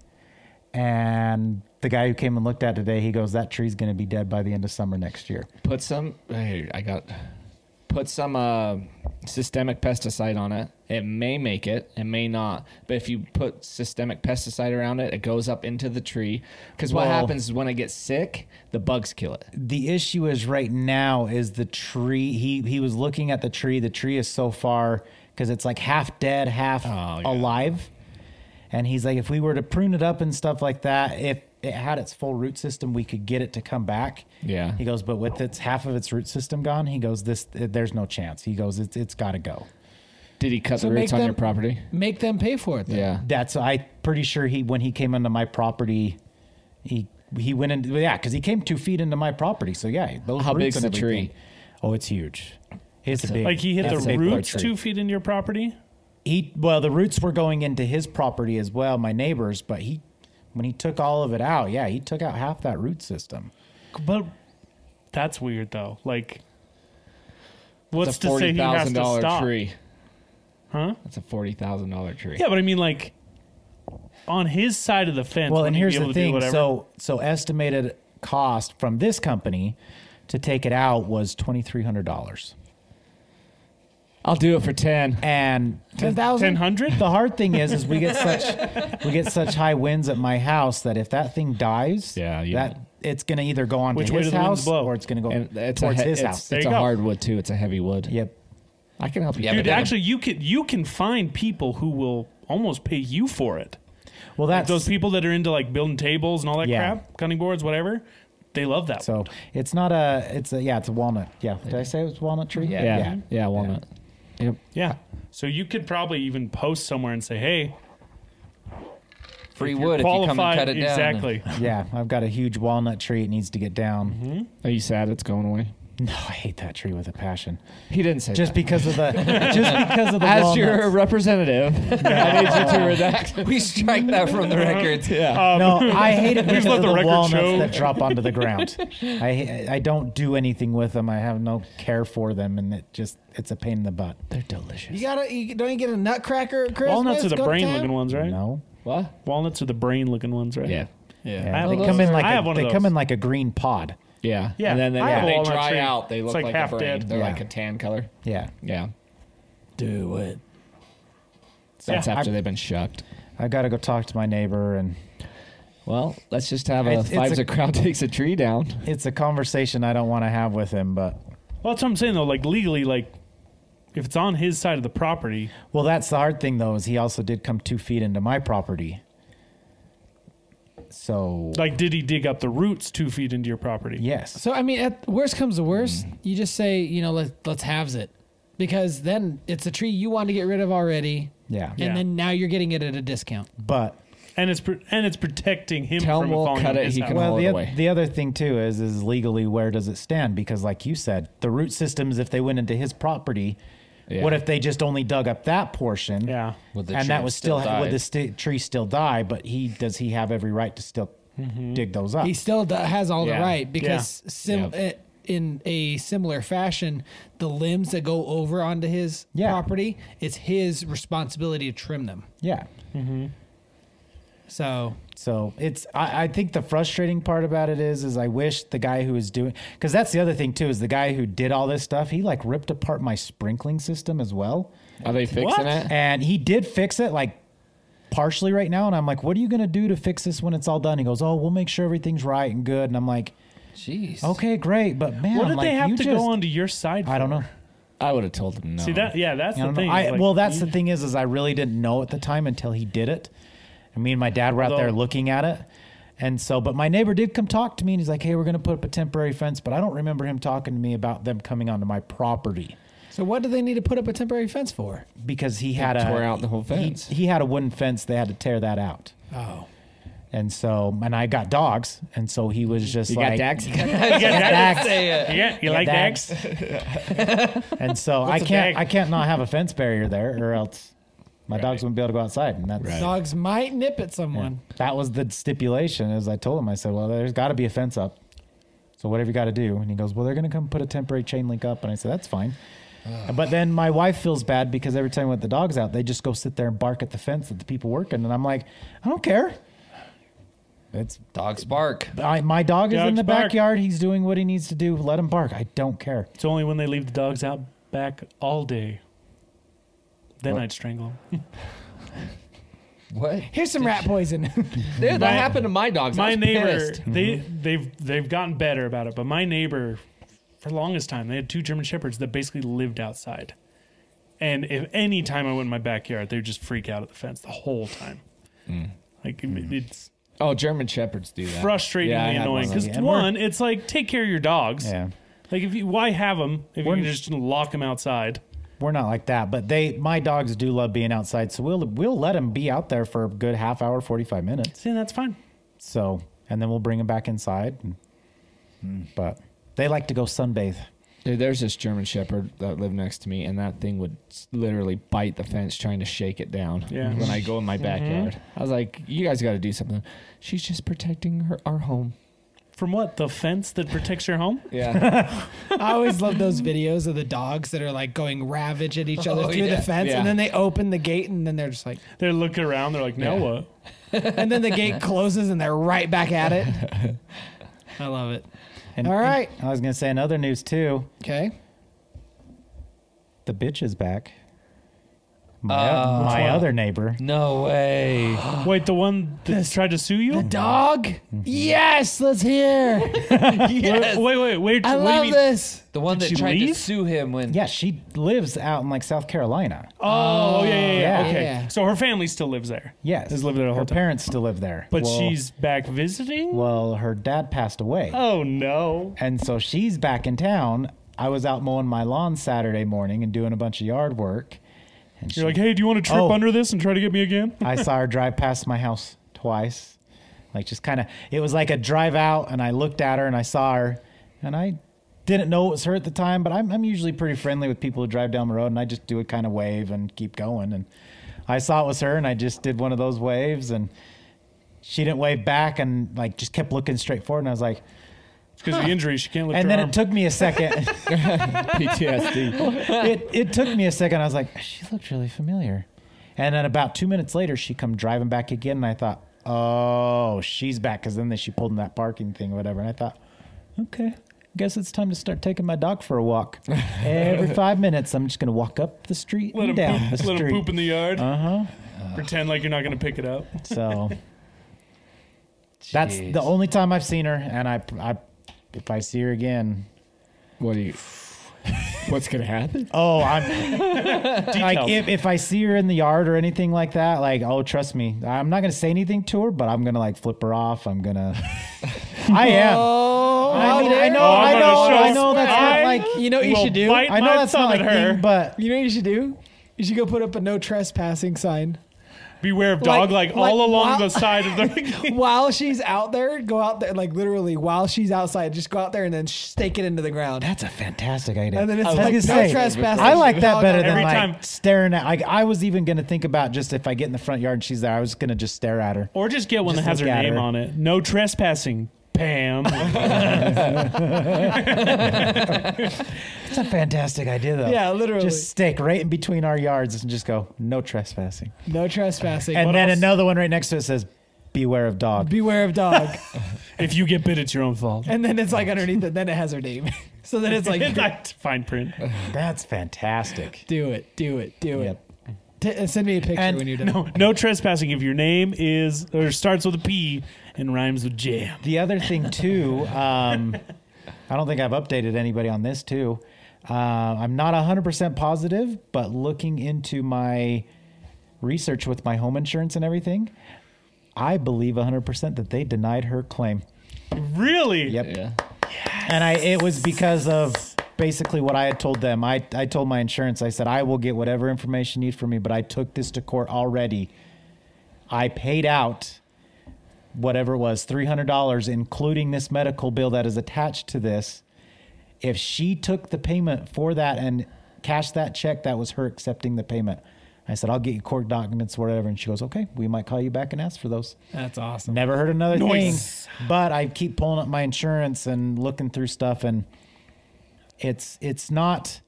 And the guy who came and looked at it today, he goes, that tree's going to be dead by the end of summer next year.
Put some, hey, I got, put some uh, systemic pesticide on it. It may make it, it may not. But if you put systemic pesticide around it, it goes up into the tree. Because what
Well-
happens is when it gets sick, the bugs kill it.
the issue is right now is the tree he he was looking at the tree the tree is so far because it's like half dead half alive and he's like if we were to prune it up and stuff like that if it had its full root system we could get it to come back
Yeah.
he goes but with its half of its root system gone he goes this there's no chance he goes it's, it's got to go
Did he cut the
make
roots on
them-
your property?
make them pay for it. Then.
Yeah.
that's I pretty sure he when he came into my property, he he went into yeah because he came two feet into my property. So yeah, those
How
roots
big's
and
the
everything.
tree?
Oh, it's huge. It's a big
Like he hit
it's a
the
big boy
roots
tree.
two feet into your property?
he well the roots were going into his property as well, my neighbors, but he when he took all of it out, yeah, he took out half that root system.
But that's weird though. Like, what's
It's a
to say
forty
he has
thousand
to stop?
dollar tree.
Huh?
That's a forty thousand dollar tree.
Yeah, but I mean, like, on his side of the fence.
Well,
wouldn't
and
he be
here's
able
the
to do
thing.
whatever?
So so estimated cost from this company to take it out was twenty three hundred dollars.
I'll do it for ten.
And ten
ten hundred.
The hard thing is, is we get such we get such high winds at my house that if that thing dies,
Yeah, you-
that it's gonna either go on
Which
to
way
his
do the winds
house
blow?
or it's gonna go
And it's
towards
a, he-
his
it's,
house.
There
It's
you
a
go.
hard wood too. It's a heavy wood.
Yep.
I can help you.
Yeah,
Dude,
but it-
actually, you can you can find people who will almost pay you for it.
Well,
Like
that's
those people that are into like building tables and all that
Yeah.
crap, cutting boards, whatever. They love that.
so it's not a it's a yeah it's a walnut yeah did I say it was a walnut tree
Yeah.
yeah, yeah, walnut. Yep.
Yeah. So you could probably even post somewhere and say, "Hey,
Free
if you're
wood if you
qualified,
come and cut it down.
exactly."
yeah I've got a huge walnut tree it needs to get down
Are you sad it's going away?
no I hate that tree with a passion
He didn't say
just
that.
because of the just because of the
As
walnuts.
your representative, I need you to redact.
we strike that from the records.
Yeah.
No, I hate it because
Um, let
of
the
the,
record
walnuts
show.
that drop onto the ground. I I don't do anything with them. I have no care for them, and it just it's a pain in the butt.
They're delicious.
You gotta you, don't you get a nutcracker? At Christmas?
Walnuts are the
Go to
brain-looking
town?
ones, right?
No,
What?
Walnuts are the brain-looking ones, right?
Yeah.
Yeah,
I have
they
one of
come in
those.
like
I
a-
have one of
they come
those.
in like a green pod.
Yeah.
Yeah.
And then they,
I have
yeah,
a
they
walnut
dry
tree.
out. They
It's
look
like
like,
half
a brain.
dead.
They're
Yeah.
like a tan color.
Yeah,
Yeah.
Do it.
That's
Yeah.
after
I-
they've been shucked.
I got to go talk to my neighbor, and
Well, let's just have a
It's- it's
fives
a-
a, crowd takes a tree down.
it's a conversation I don't want to have with him. But
Well, that's what I'm saying though. Like legally, like if it's on his side of the property,
well, that's the hard thing though is he also did come two feet into my property. So
like did he dig up the roots two feet into your property?
yes,
So I mean, at worst comes to worst, you just say you know let let's halves it, because then it's a tree you want to get rid of already,
yeah,
Yeah.
and then now you're getting it at a discount.
but
And it's pro- and it's protecting him
Tell
from
him we'll
falling
cut
on
it,
his
he
house.
can-
Well,
haul it
the,
away.
oth- the other thing too is is legally where does it stand? Because like you said, the root systems, if they went into his property,
Yeah.
what if they just only dug up that portion?
Yeah.
Would the
and
tree
that was still,
still
would
die?
the sti tree still die? But he does he have every right to still dig those up?
He still d- has all
Yeah.
the right because sim-
Yeah.
uh in a similar fashion, the limbs that go over onto his
Yeah.
property, it's his responsibility to trim them.
yeah.
So
So it's I, I think the frustrating part about it is is I wish the guy who is doing because that's the other thing too is the guy who did all this stuff he like ripped apart my sprinkling system as well.
Are they fixing
What?
it?
And he did fix it like partially right now. And I'm like, what are you going to do to fix this when it's all done? He goes, oh, we'll make sure everything's right and good. And I'm like,
Jeez.
okay, great. But man,
What did
I'm like,
they have
you
to
just-
go onto your side?
I don't know.
I would have told them no.
See that? Yeah, that's
I
the
don't know.
thing.
I,
is, like,
well, that's
you-
the thing is, is I really didn't know at the time until he did it. And me and my dad were out there
Although-
looking at it. And so, but my neighbor did come talk to me and he's like, hey, we're going to put up a temporary fence. But I don't remember him talking to me about them coming onto my property.
so what do they need to put up a temporary fence for?
because he had a
tore out the whole
he-
fence.
He, had a wooden fence. They had to tear that out. Oh. And so, and I got dogs, and so he was just
You
like,
got Dax?
You got
Dax.
Yeah, you like
Dax.
Dax?
and so I
What's a
can't,
dag?
I can't not have a fence barrier there, or else my dogs wouldn't be able to go outside. And that's
Dogs might nip at someone.
that was the stipulation. As I told him, I said, well, there's got to be a fence up. So whatever you got to do, and he goes, well, they're going to come put a temporary chain link up, and I said, that's fine. But then my wife feels bad because every time I let the dogs out, they just go sit there and bark at the fence at the people working, and I'm like, I don't care. It's
Dogs bark.
I, my dog is in
Dogs
the
bark.
backyard. He's doing what he needs to do. Let him bark. I don't care.
It's only when they leave the dogs out back all day. Then I'd strangle them.
What?
Here's some rat poison.
Dude, that
My-
happened to my dogs. I
my
was
neighbor,
pissed.
they
Mm-hmm.
they've they've gotten better about it, but my neighbor, for the longest time, they had two German shepherds that basically lived outside, and if any time I went in my backyard, they would just freak out at the fence the whole time.
Mm.
Like it- it's
Oh, German shepherds do that.
frustratingly
Yeah, I had
annoying
one
of
because
those. Yeah, we're-
one, it's like take care of your dogs.
Yeah.
Like if you why have them if you
We're-
can just lock them outside?
We're not like that, but they my dogs do love being outside, so we'll we'll let them be out there for a good half hour, forty five minutes.
See, that's fine. Hmm.
So, and then we'll bring them back inside. and- But they like to go sunbathe.
Dude, there's this German Shepherd that lived next to me, and that thing would s- literally bite the fence trying to shake it down
Yeah. Mm-hmm.
when I go in my backyard. I was like, you guys got to do something. She's just protecting her our home.
From what? The fence that protects your home?
Yeah.
I always love those videos of the dogs that are like going ravage at each other
Oh,
through
yeah.
the fence,
Yeah.
and then they open the gate, and then they're just like,
They're looking around. They're like, now
Yeah.
what?
and then the gate closes, and they're right back at it. I love it.
And,
All right.
and I was gonna say another news too.
Okay.
The bitch is back. My,
Uh,
my
Which one?
other neighbor.
No way.
Wait, the one that tried to sue you?
Dog.
Mm-hmm.
Yes, let's hear.
Wait, wait, wait. wait
I
what do you
love
mean?
this.
The one that
she
tried to
leave?
sue him when
Yeah, she lives out in like South Carolina.
Oh, yeah, yeah, yeah.
Yeah.
Okay.
Yeah.
So her family still lives there.
Yes,
Has lived there the whole
her
time.
parents still live there.
But
Well-
she's back visiting?
well, her dad passed away,
Oh, no.
and so she's back in town. I was out mowing my lawn Saturday morning and doing a bunch of yard work, and she,
You're like, hey, do you want to trip
Oh.
under this and try to get me again?
I saw her drive past my house twice, like just kind of. It was like a drive out, and I looked at her and I saw her, and I didn't know it was her at the time. But I'm I'm usually pretty friendly with people who drive down the road, and I just do a kind of wave and keep going. And I saw it was her, and I just did one of those waves, and she didn't wave back, and like just kept looking straight forward, and I was like.
Because of the injury, she can't lift
And
her
then
arm.
it took me a second.
PTSD.
it, it took me a second. I was like, she looked really familiar. And then about two minutes later, she come driving back again, and I thought, oh, she's back. Because then she pulled in that parking thing or whatever, and I thought, okay, guess it's time to start taking my dog for a walk. Every five minutes, I'm just gonna walk up the street
let
and
him,
down
poop,
the
let him
street.
poop in the yard.
uh huh.
Pretend like you're not going to pick it up.
So that's the only time I've seen her, and I, I, if I see her again,
what do you? What's gonna happen?
Oh, I'm like if, if I see her in the yard or anything like that, like oh, trust me, I'm not gonna say anything to her, but I'm gonna like flip her off. I'm gonna. I am. I, mean, I know,
Oh,
I
I'm gonna
know,
show-
I know. That's
I-
not like.
You know what you
Well,
should do?
bite
I know
my
that's
thumb
not like
at her.
thing, but
You know what you should do? You should go put up a no trespassing sign.
Beware of dog, like,
Like-
all
like,
along
wow.
the side of the.
While she's out there, go out there, like literally while she's outside, just go out there and then stake it into the ground.
that's a fantastic idea.
And then it's
I was
like,
gonna
no trespassing.
I like that
Dog
better
out.
than
Every
like
time.
staring at. Like I was even gonna think about just if I get in the front yard and she's there, I was gonna just stare at her.
or just get one
Just
that has her
look at
name
her.
on it. No trespassing. Pam.
It's a fantastic idea though.
Yeah, literally.
Just stake right in between our yards and just go no trespassing.
No trespassing.
And
What
then
else?
another one right next to it says, "Beware of dog."
Beware of dog.
if you get bit, it's your own fault.
and then it's like underneath it. Then it has her name. so then it's like,
fine print.
That's fantastic.
do it, do it, do
Yep.
it. T- send me a picture
And-
when you're done.
No, no trespassing if your name is or starts with a P and rhymes with jam.
The other thing too, um, I don't think I've updated anybody on this too. Uh, I'm not 100% positive, but looking into my research with my home insurance and everything, I believe 100% that they denied her claim.
Really?
Yep. And I it was because of basically what I had told them. I, I told my insurance, I said, I will get whatever information you need from me, but I took this to court already. I paid out whatever it was, $300, including this medical bill that is attached to this. If she took the payment for that and cashed that check, that was her accepting the payment. I said, I'll get you court documents, whatever. And she goes, okay, we might call you back and ask for those.
That's awesome.
Never heard another
Nice.
thing. But I keep pulling up my insurance and looking through stuff, and it's it's not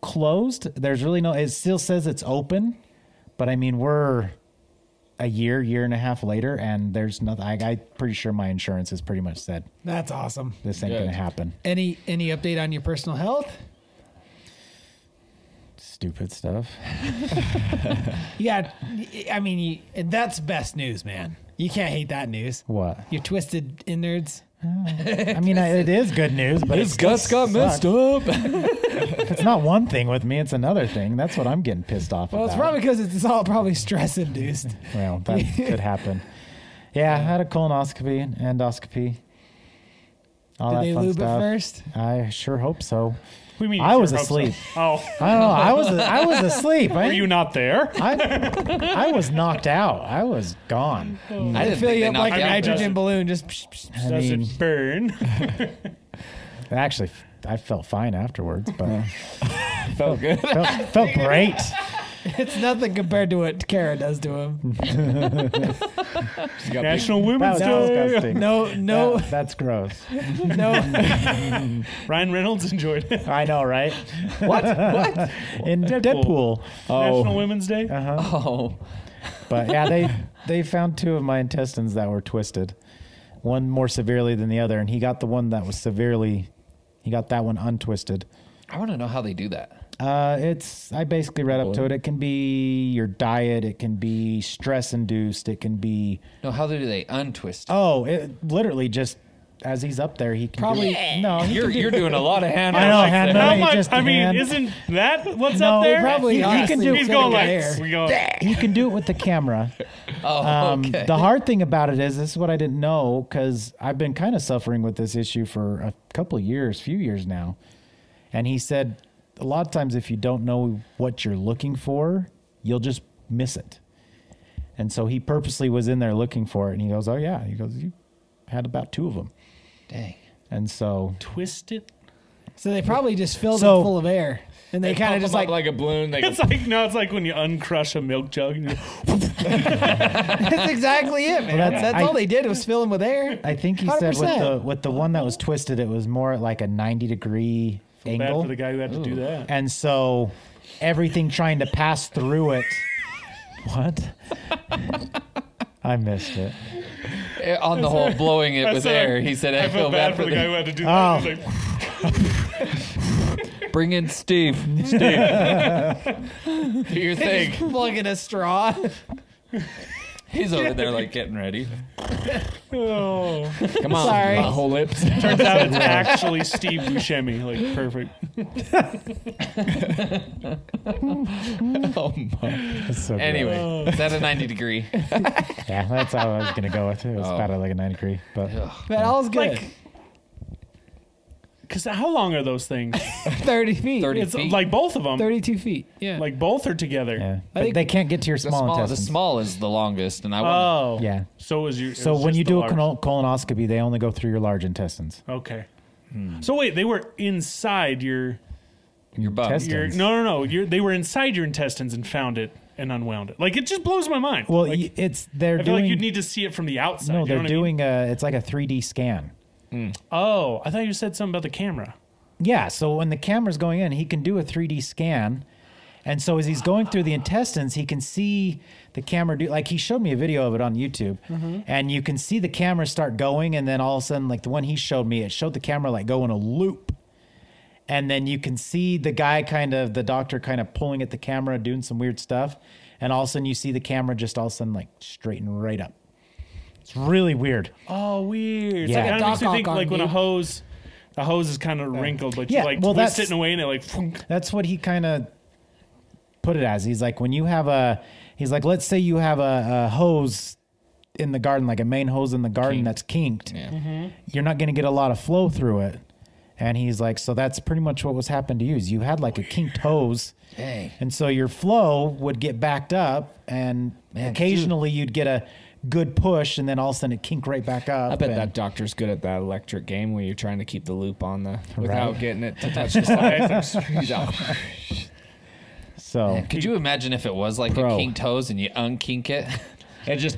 closed. There's really no. It still says it's open, but I mean we're a year, year and a half later, and there's nothing. I, I'm pretty sure my insurance has pretty much said
That's awesome.
this ain't gonna happen.
Any any update on your personal health?
Stupid stuff.
Yeah, I mean, you, and that's best news, man. You can't hate that news.
What?
Your twisted innards.
I mean, I, it is good news, but
His
it still
guts got messed
sucks.
up.
If it's not one thing with me; it's another thing. That's what I'm getting pissed off
Well,
about.
it's probably because it's all probably stress induced.
Well, that could happen. Yeah, I had a colonoscopy and endoscopy. All
Did
that
they
fun
lube
stuff.
it first?
I sure hope so.
What do you mean?
I
you
was
sure hope so?
asleep.
Oh,
I don't know. I was I was asleep. I,
were you not there?
I, I was knocked out. I was gone.
I didn't
Fill
think
you
they
up like
knocked
a
out.
him.
nitrogen
Doesn't-
balloon. Just psh, psh, psh.
I
Does
mean,
it burn?
actually, I felt fine afterwards, but
Felt good.
felt, felt great.
It's nothing compared to what Kara does to him.
National Women's
That was
Day.
disgusting.
No, no,
That- that's gross.
no.
Ryan Reynolds enjoyed it.
I know, right?
What? What?
In Deadpool.
Deadpool. National
Oh,
Women's Day.
Oh,
but yeah, they they found two of my intestines that were twisted, one more severely than the other, and he got the one that was severely. He got that one untwisted.
I want to know how they do that.
Uh, it's I basically read up to it. It can be your diet. It can be stress induced. It can be
No, how do they untwist?
oh, it literally just as he's up there, he can
Probably-
do, no. He,
You're you're doing a lot of hand.
I know,
like
hand
that.
How
Hey,
much?
just
I mean,
hand.
isn't that what's
No,
up there?
Probably,
He- he
honestly,
can do-
it's
He's
gonna
going
go
like
there.
we go.
he can do it with the camera.
Oh,
Um,
okay.
The hard thing about it is this is what I didn't know because I've been kind of suffering with this issue for a couple of years, few years now. And he said, a lot of times if you don't know what you're looking for, you'll just miss it. And so he purposely was in there looking for it, and he goes, "Oh yeah," he goes, "You had about two of them."
Dang.
And so
Twist it.
So they probably just filled
So-
him full of air, and they kind of just like
a balloon. They
It's like no, it's like when you uncrush a milk jug. and you-
that's exactly it, man.
that's-
that's
I-
all they did was fill him with air.
I think he said with
100%.
the with the one that was twisted, it was more at like a ninety degree
Bad
angle.
for the guy who had to do that.
and so everything trying to pass through it. What? I missed it.
Eh, On the whole, blowing it with
sorry.
air. He said, "I,
I
feel bad, for the
guy
guy.
who had to do
Oh.
that. He's like,
Bring in Steve. Steve, do your thing."
Plug in a straw.
He's over there like getting ready.
oh.
come on,
Sorry.
my whole lips.
Turns out it's actually Steve Buscemi. Like perfect.
Oh,
That's so good.
Anyway, is that a 90 degree?
Yeah, that's how I was gonna go with it. It was
Oh.
about like a nine degree, but
But all's good.
Like. Cause how long are those things?
Thirty feet.
30
It's
feet.
like both of them.
Thirty-two feet. Yeah.
Like both are together.
yeah.
I
But
think-
they can't get to your
the
small,
small, the
intestines.
small is the longest, and I want.
Oh.
Yeah.
So is your. it
So
was
when
just
you
the
do a
large-
colon- colonoscopy, they only go through your large intestines.
Okay.
Hmm.
So wait, they were inside your
your bum.
Test-
your
Intestines.
no no no. Your, they were inside your intestines and found it and unwound it. Like it just blows my mind.
Well,
like,
y- it's they're
I feel
doing.
like you'd need to see it from the outside.
no,
you know
they're
what I mean?
doing a. It's like a 3D scan.
Oh, I thought you said something about the camera.
Yeah, so when the camera's going in, he can do a 3D scan. And so as he's going through the intestines, he can see the camera do like he showed me a video of it on YouTube. And you can see the camera start going and then all of a sudden like the one he showed me, it showed the camera like go in a loop. And then you can see the guy kind of the doctor kind of pulling at the camera doing some weird stuff. And all of a sudden you see the camera just all of a sudden like straighten right up. It's really weird.
Oh, weird.
Yeah.
It's like, it makes
Like
a
me
Doc
think
Ock on
like when a
you.
hose, a hose is kind of wrinkled, but
Yeah,
you like
well,
twist
that's-
it in a way and it like. Funk.
That's what he kind of put it as. He's like, when you have a, he's like, let's say you have a, a hose in the garden, like a main hose in the garden that's kinked. You're not going to get a lot of flow through it. And he's like, so that's pretty much what was happened to you. Is you had like a kinked hose,
Dang.
and so your flow would get backed up, and occasionally you'd get a good push, and then all of a sudden it kinked right back up.
I bet
and-
that doctor's good at that electric game where you're trying to keep the loop on the without getting it to touch the sides. He's out.
So
Could you imagine if it was like
Pro.
a king toes and you unkink it?
It just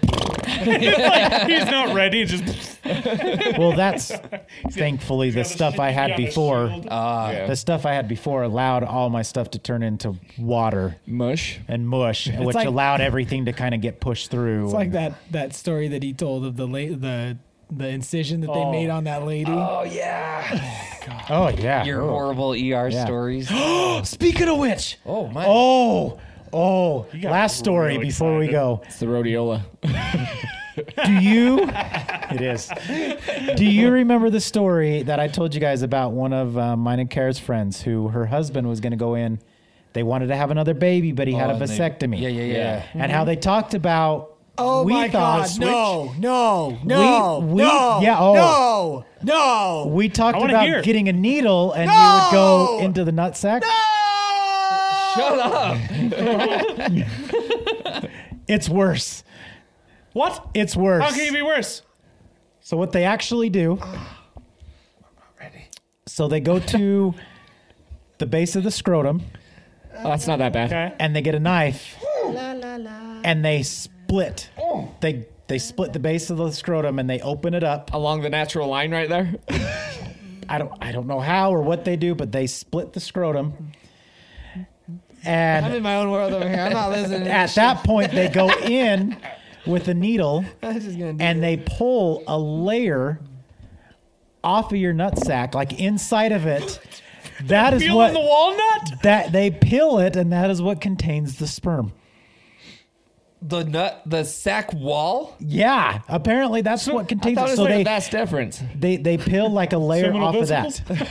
He's not ready. It's just
well, that's thankfully the stuff I had
Yeah, the
before.
shield.
The stuff I had before allowed all my stuff to turn into water
mush.
and mush, which
like-
allowed everything to kind of get pushed through.
It's like that that story that he told of the la- the the incision that they made on that lady.
Oh yeah.
Oh yeah.
Your
Oh.
horrible ER
E
Yeah.
stories.
Oh,
Speaking of which.
Oh my.
Oh. Oh.
got
Last story
real
before we go.
It's the rhodiola.
Do you? it is. Do you remember the story that I told you guys about one of uh, mine and Kara's friends who her husband was going to go in? They wanted to have another baby, but he had a
Oh, and they-
vasectomy.
yeah, yeah, yeah. Yeah.
And how they talked about.
Oh
we
my
thought,
God! No! No! No!
we-
no!
yeah, oh.
No! No!
We talked
I wanna
about
hear.
getting a needle and you would go
No!
into the nutsack.
Shut up.
It's worse.
What?
It's worse.
How can it be worse?
Ah,
so what they actually do? So they go to the base of the scrotum
Oh, that's not that bad.
Okay.
and they get a knife
La la la. Oh.
and they split. They they split the base of the scrotum and they open it up.
Along the natural line right there.
I don't I don't know how or what they do, but they split the scrotum.
I'm
And
in my own world over here. I'm not listening. to
at
this
that point they go in with a needle
shit. I'm just gonna do
and
it.
they pull a layer off of your nutsack, like inside of it. That is
Peel
what
in the walnut?
that they peel it, and that is what contains the sperm.
The nut, the sack wall.
Yeah, apparently that's what
I
contains
thought
it.
it
So
was
they,
like, that's different.
they they peel like a layer
Seminal
off of that.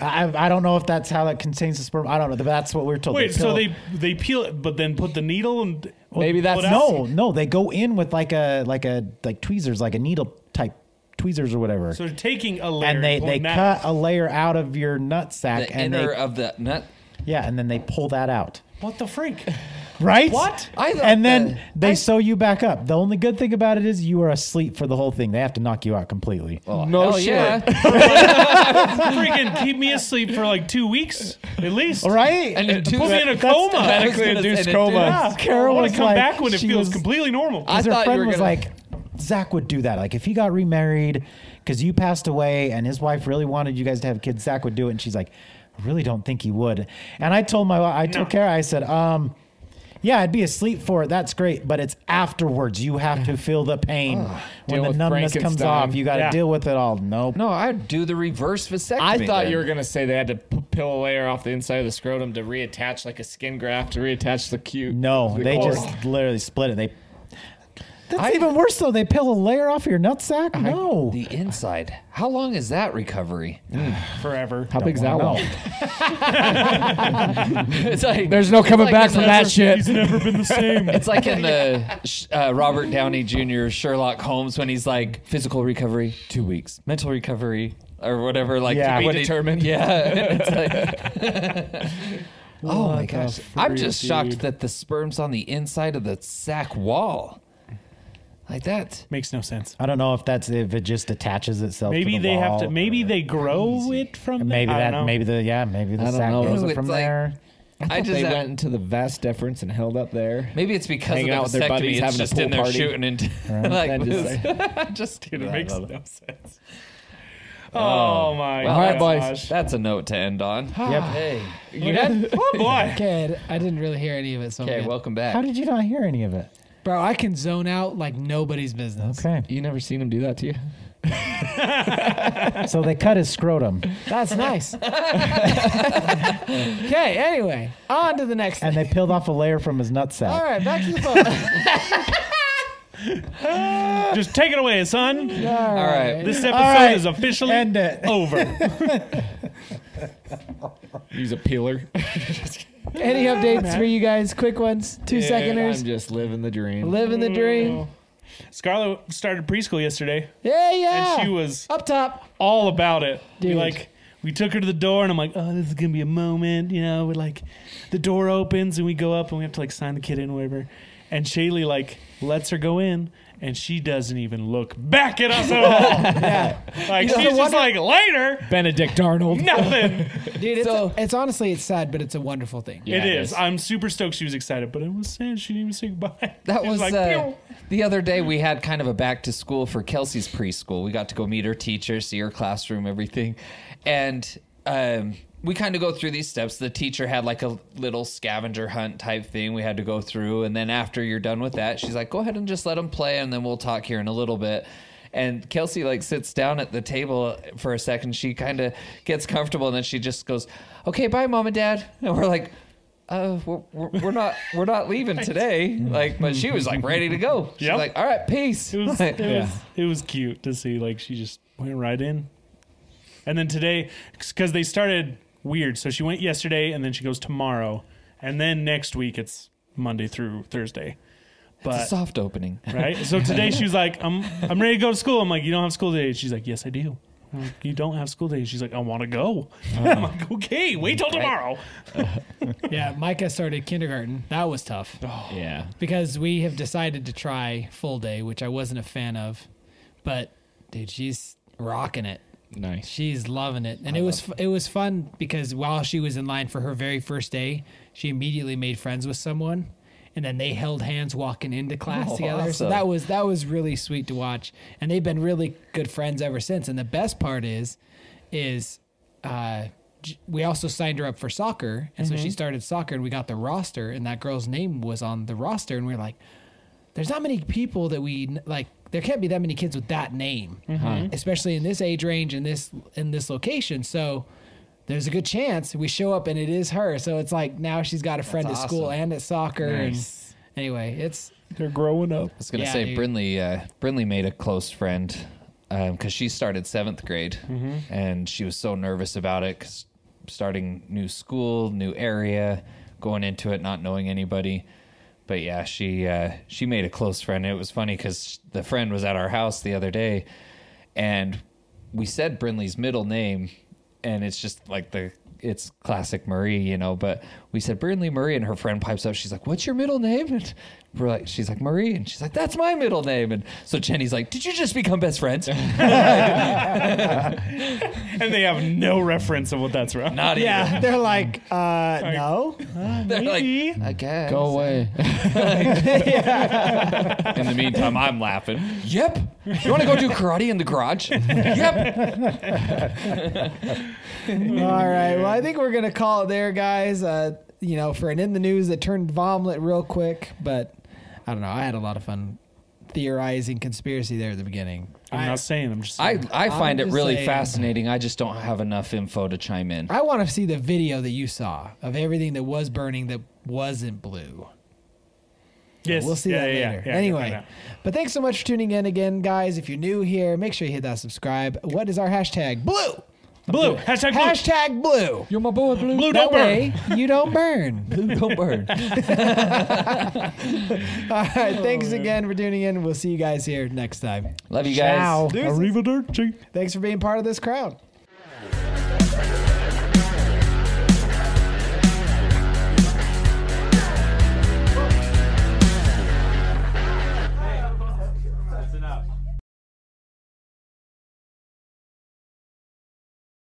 I, I don't know if that's how that contains the sperm. I don't know, but that's what we are told.
Wait, so
peel-
they they peel it, but then put the needle and
Maybe that's-
what else?
no no they go in with like a like a like tweezers, like a needle type tweezers or whatever,
So they're taking a layer
and they they
pulling that- uh,
cut a layer out of your nut sack
The
and
inner
they
of the nut.
Yeah, and then they pull that out.
What the freak?
Right?
What?
I thought
and then
that-
they sew you back up. The only good thing about it is you are asleep for the whole thing. They have to knock you out completely.
No
Oh, Hell
shit.
yeah.
Freaking keep me asleep for like two weeks at least.
All right?
And it do
Put me
that-
in a
that's
coma.
I was
Medically
gonna say,
induced
and it
coma.
Yeah,
Carol
I want
was
to come
like-
back when it
she
feels
was-
completely normal.
I
Because her
thought you
friend
were
was
gonna-
like, Zach would do that. Like, if he got remarried because you passed away and his wife really wanted you guys to have kids, Zach would do it. And she's like, I really don't think he would. And I told my, I told
No.
Kara, I said, um, yeah, I'd be asleep for it. That's great, but it's afterwards. You have to feel the pain when
Deal
the
with
numbness comes
Frankenstein.
off. You got to
Yeah.
deal with it all. Nope.
No, Oh, I'd do the reverse vasectomy.
I thought
then.
you were gonna say they had to p- peel a layer off the inside of the scrotum to reattach like a skin graft to reattach the cute.
No,
the
they
cord.
just literally split it. They. That's even worse though. They peel a layer off your nutsack. No,
The inside. How long is that recovery?
forever.
How big's that one?
it's like
There's no coming
like
back
in
from
the-
that shit.
He's never been the same.
It's like in the sh- uh, Robert Downey Jr. Sherlock Holmes when he's like physical recovery two weeks, mental recovery or whatever. Like
Yeah. To be
when he-
determined.
yeah. It's like- oh my gosh! I'm just shocked that the sperm's on the inside of the sack wall, like that.
Makes no sense.
I don't know if that's if it just attaches itself.
Maybe
to the
they have
wall
to. Maybe
or-
they grow it from.
Maybe
there. I don't
that.
know.
Maybe the yeah. Maybe the
don't
sack
know.
goes
Ooh,
from
it's like-
there.
I just
they went into the vast difference and held up there.
maybe it's because of
Hanging
the
out with their
vasectomy.
buddies,
it's
having a
just
pool
in there
party.
shooting and like this.
That just-
just
Dude, it makes no sense. Oh, my
Well,
All right, boys.
gosh.
That's a note to end on.
Yep.
Hey.
You done?
Oh boy.
Okay, I didn't really hear any of it. So I'm
Okay,
good.
welcome back.
How did you not hear any of it?
bro, I can zone out like nobody's business.
Okay,
You never seen him do that to you?
so they cut his scrotum
That's nice. okay, anyway, on to the next.
and
thing.
they peeled off a layer from his nutsack.
All right, back to the book.
Just take it away, son.
All right.
This episode
right.
is officially
End it.
over.
Use a peeler.
Any updates for you guys? Quick ones, two seconders.
I'm just living the dream.
Living the dream.
Scarlett started preschool yesterday,
Yeah,
and
yeah.
she was
up top.
all about it. We,
Dude.
like we took her to the door, and I'm like, "Oh, this is gonna be a moment," you know. We like the door opens, and we go up, and we have to like sign the kid in, or whatever. And Shaylee like lets her go in, and she doesn't even look back at us at all. Like she's just like later,
Benedict Arnold.
nothing.
Dude, it's,
So-
it's honestly it's sad, but it's a wonderful thing.
Yeah,
it
it
is.
is.
I'm super stoked she was excited, but it was sad she didn't even say goodbye.
That
She
was
like,
uh,
"Pew."
the other day. We had kind of a back to school for Kelsey's preschool. We got to go meet her teacher, see her classroom, everything, and um, we kind of go through these steps. The teacher had like a little scavenger hunt type thing we had to go through, and then after you're done with that, she's like, "Go ahead and just let them play, and then we'll talk here in a little bit." And Kelsey like sits down at the table for a second. She kind of gets comfortable, and then she just goes, "Okay, bye, mom and dad." And we're like, uh, we're, we're we're not we're not leaving today. Like, but she was like ready to go. She's
Yep.
like, all right, peace.
It was,
Like,
it, was, it was cute to see. Like she just went right in. And then today, because they started weird, so she went yesterday, and then she goes tomorrow, and then next week it's Monday through Thursday.
it's a
But
soft opening.
right, so today she was like, "I'm I'm ready to go to school." I'm like, "You don't have school today." She's like, "Yes, I do." I'm like, You don't have school today. She's like, I want to go.
Uh-huh.
I'm like, okay, wait till tomorrow.
Yeah, Micah started kindergarten. That was tough
Oh. Yeah.
because we have decided to try full day, which I wasn't a fan of, but dude, she's rocking it.
Nice.
She's loving it, and it was it was fun because while she was in line for her very first day, she immediately made friends with someone, and then they held hands walking into class
Oh,
together. So
awesome.
that was that was really sweet to watch, and they've been really good friends ever since. And the best part is, is uh, j- we also signed her up for soccer, and
Mm-hmm.
so she started soccer, and we got the roster, and that girl's name was on the roster, and we were like, there's not many people that we like there can't be that many kids with that name
Mm-hmm.
especially in this age range and this in this location so there's a good chance we show up and it is her so it's like now she's got a friend
That's
at school
awesome.
and at soccer
Nice.
and anyway it's
They're growing up.
I was gonna
Yeah,
say
dude.
Brinley. Uh, Brinley made a close friend because she started seventh grade,
Mm-hmm.
and she was so nervous about it because starting new school, new area, going into it not knowing anybody. But yeah, she uh, she made a close friend. It was funny because the friend was at our house the other day, and we said Brinley's middle name, and it's just like the it's classic Marie, you know. But we said Brinley Marie, and her friend pipes up. She's like, "What's your middle name?" And we're like, "She's like Marie," and she's like, "That's my middle name." And so Jenny's like, "Did you just become best friends?"
And they have no reference of what that's from.
Not
Yeah,
even.
they're like, uh, no.
They're
Maybe.
like, I guess.
Go away.
In the meantime, I'm laughing. Yep. You want to go do karate in the garage? yep.
All right. Well, I think we're gonna call it there, guys. Uh, you know, for an in the news that turned vomit real quick, but I don't know. I had a lot of fun theorizing conspiracy there at the beginning.
I'm not saying. I'm just.
I,
Saying.
I
I'm
find it
just
really
saying.
fascinating. I just don't have enough info to chime in.
I want to see the video that you saw of everything that was burning that wasn't blue.
yes.
We'll see
Yeah,
that
yeah, yeah,
later.
yeah, I know.
anyway, but thanks so much for tuning in again, guys. If you're new here, make sure you hit that subscribe. What is our hashtag? Blue.
blue hashtag blue.
Hashtag blue.
you're my boy blue
blue
That
don't burn.
way you don't burn.
Blue don't burn.
All right.
Oh,
Thanks again for tuning in. We'll see you guys here next time.
Love you guys.
Arrivederci.
Thanks for being part of this crowd.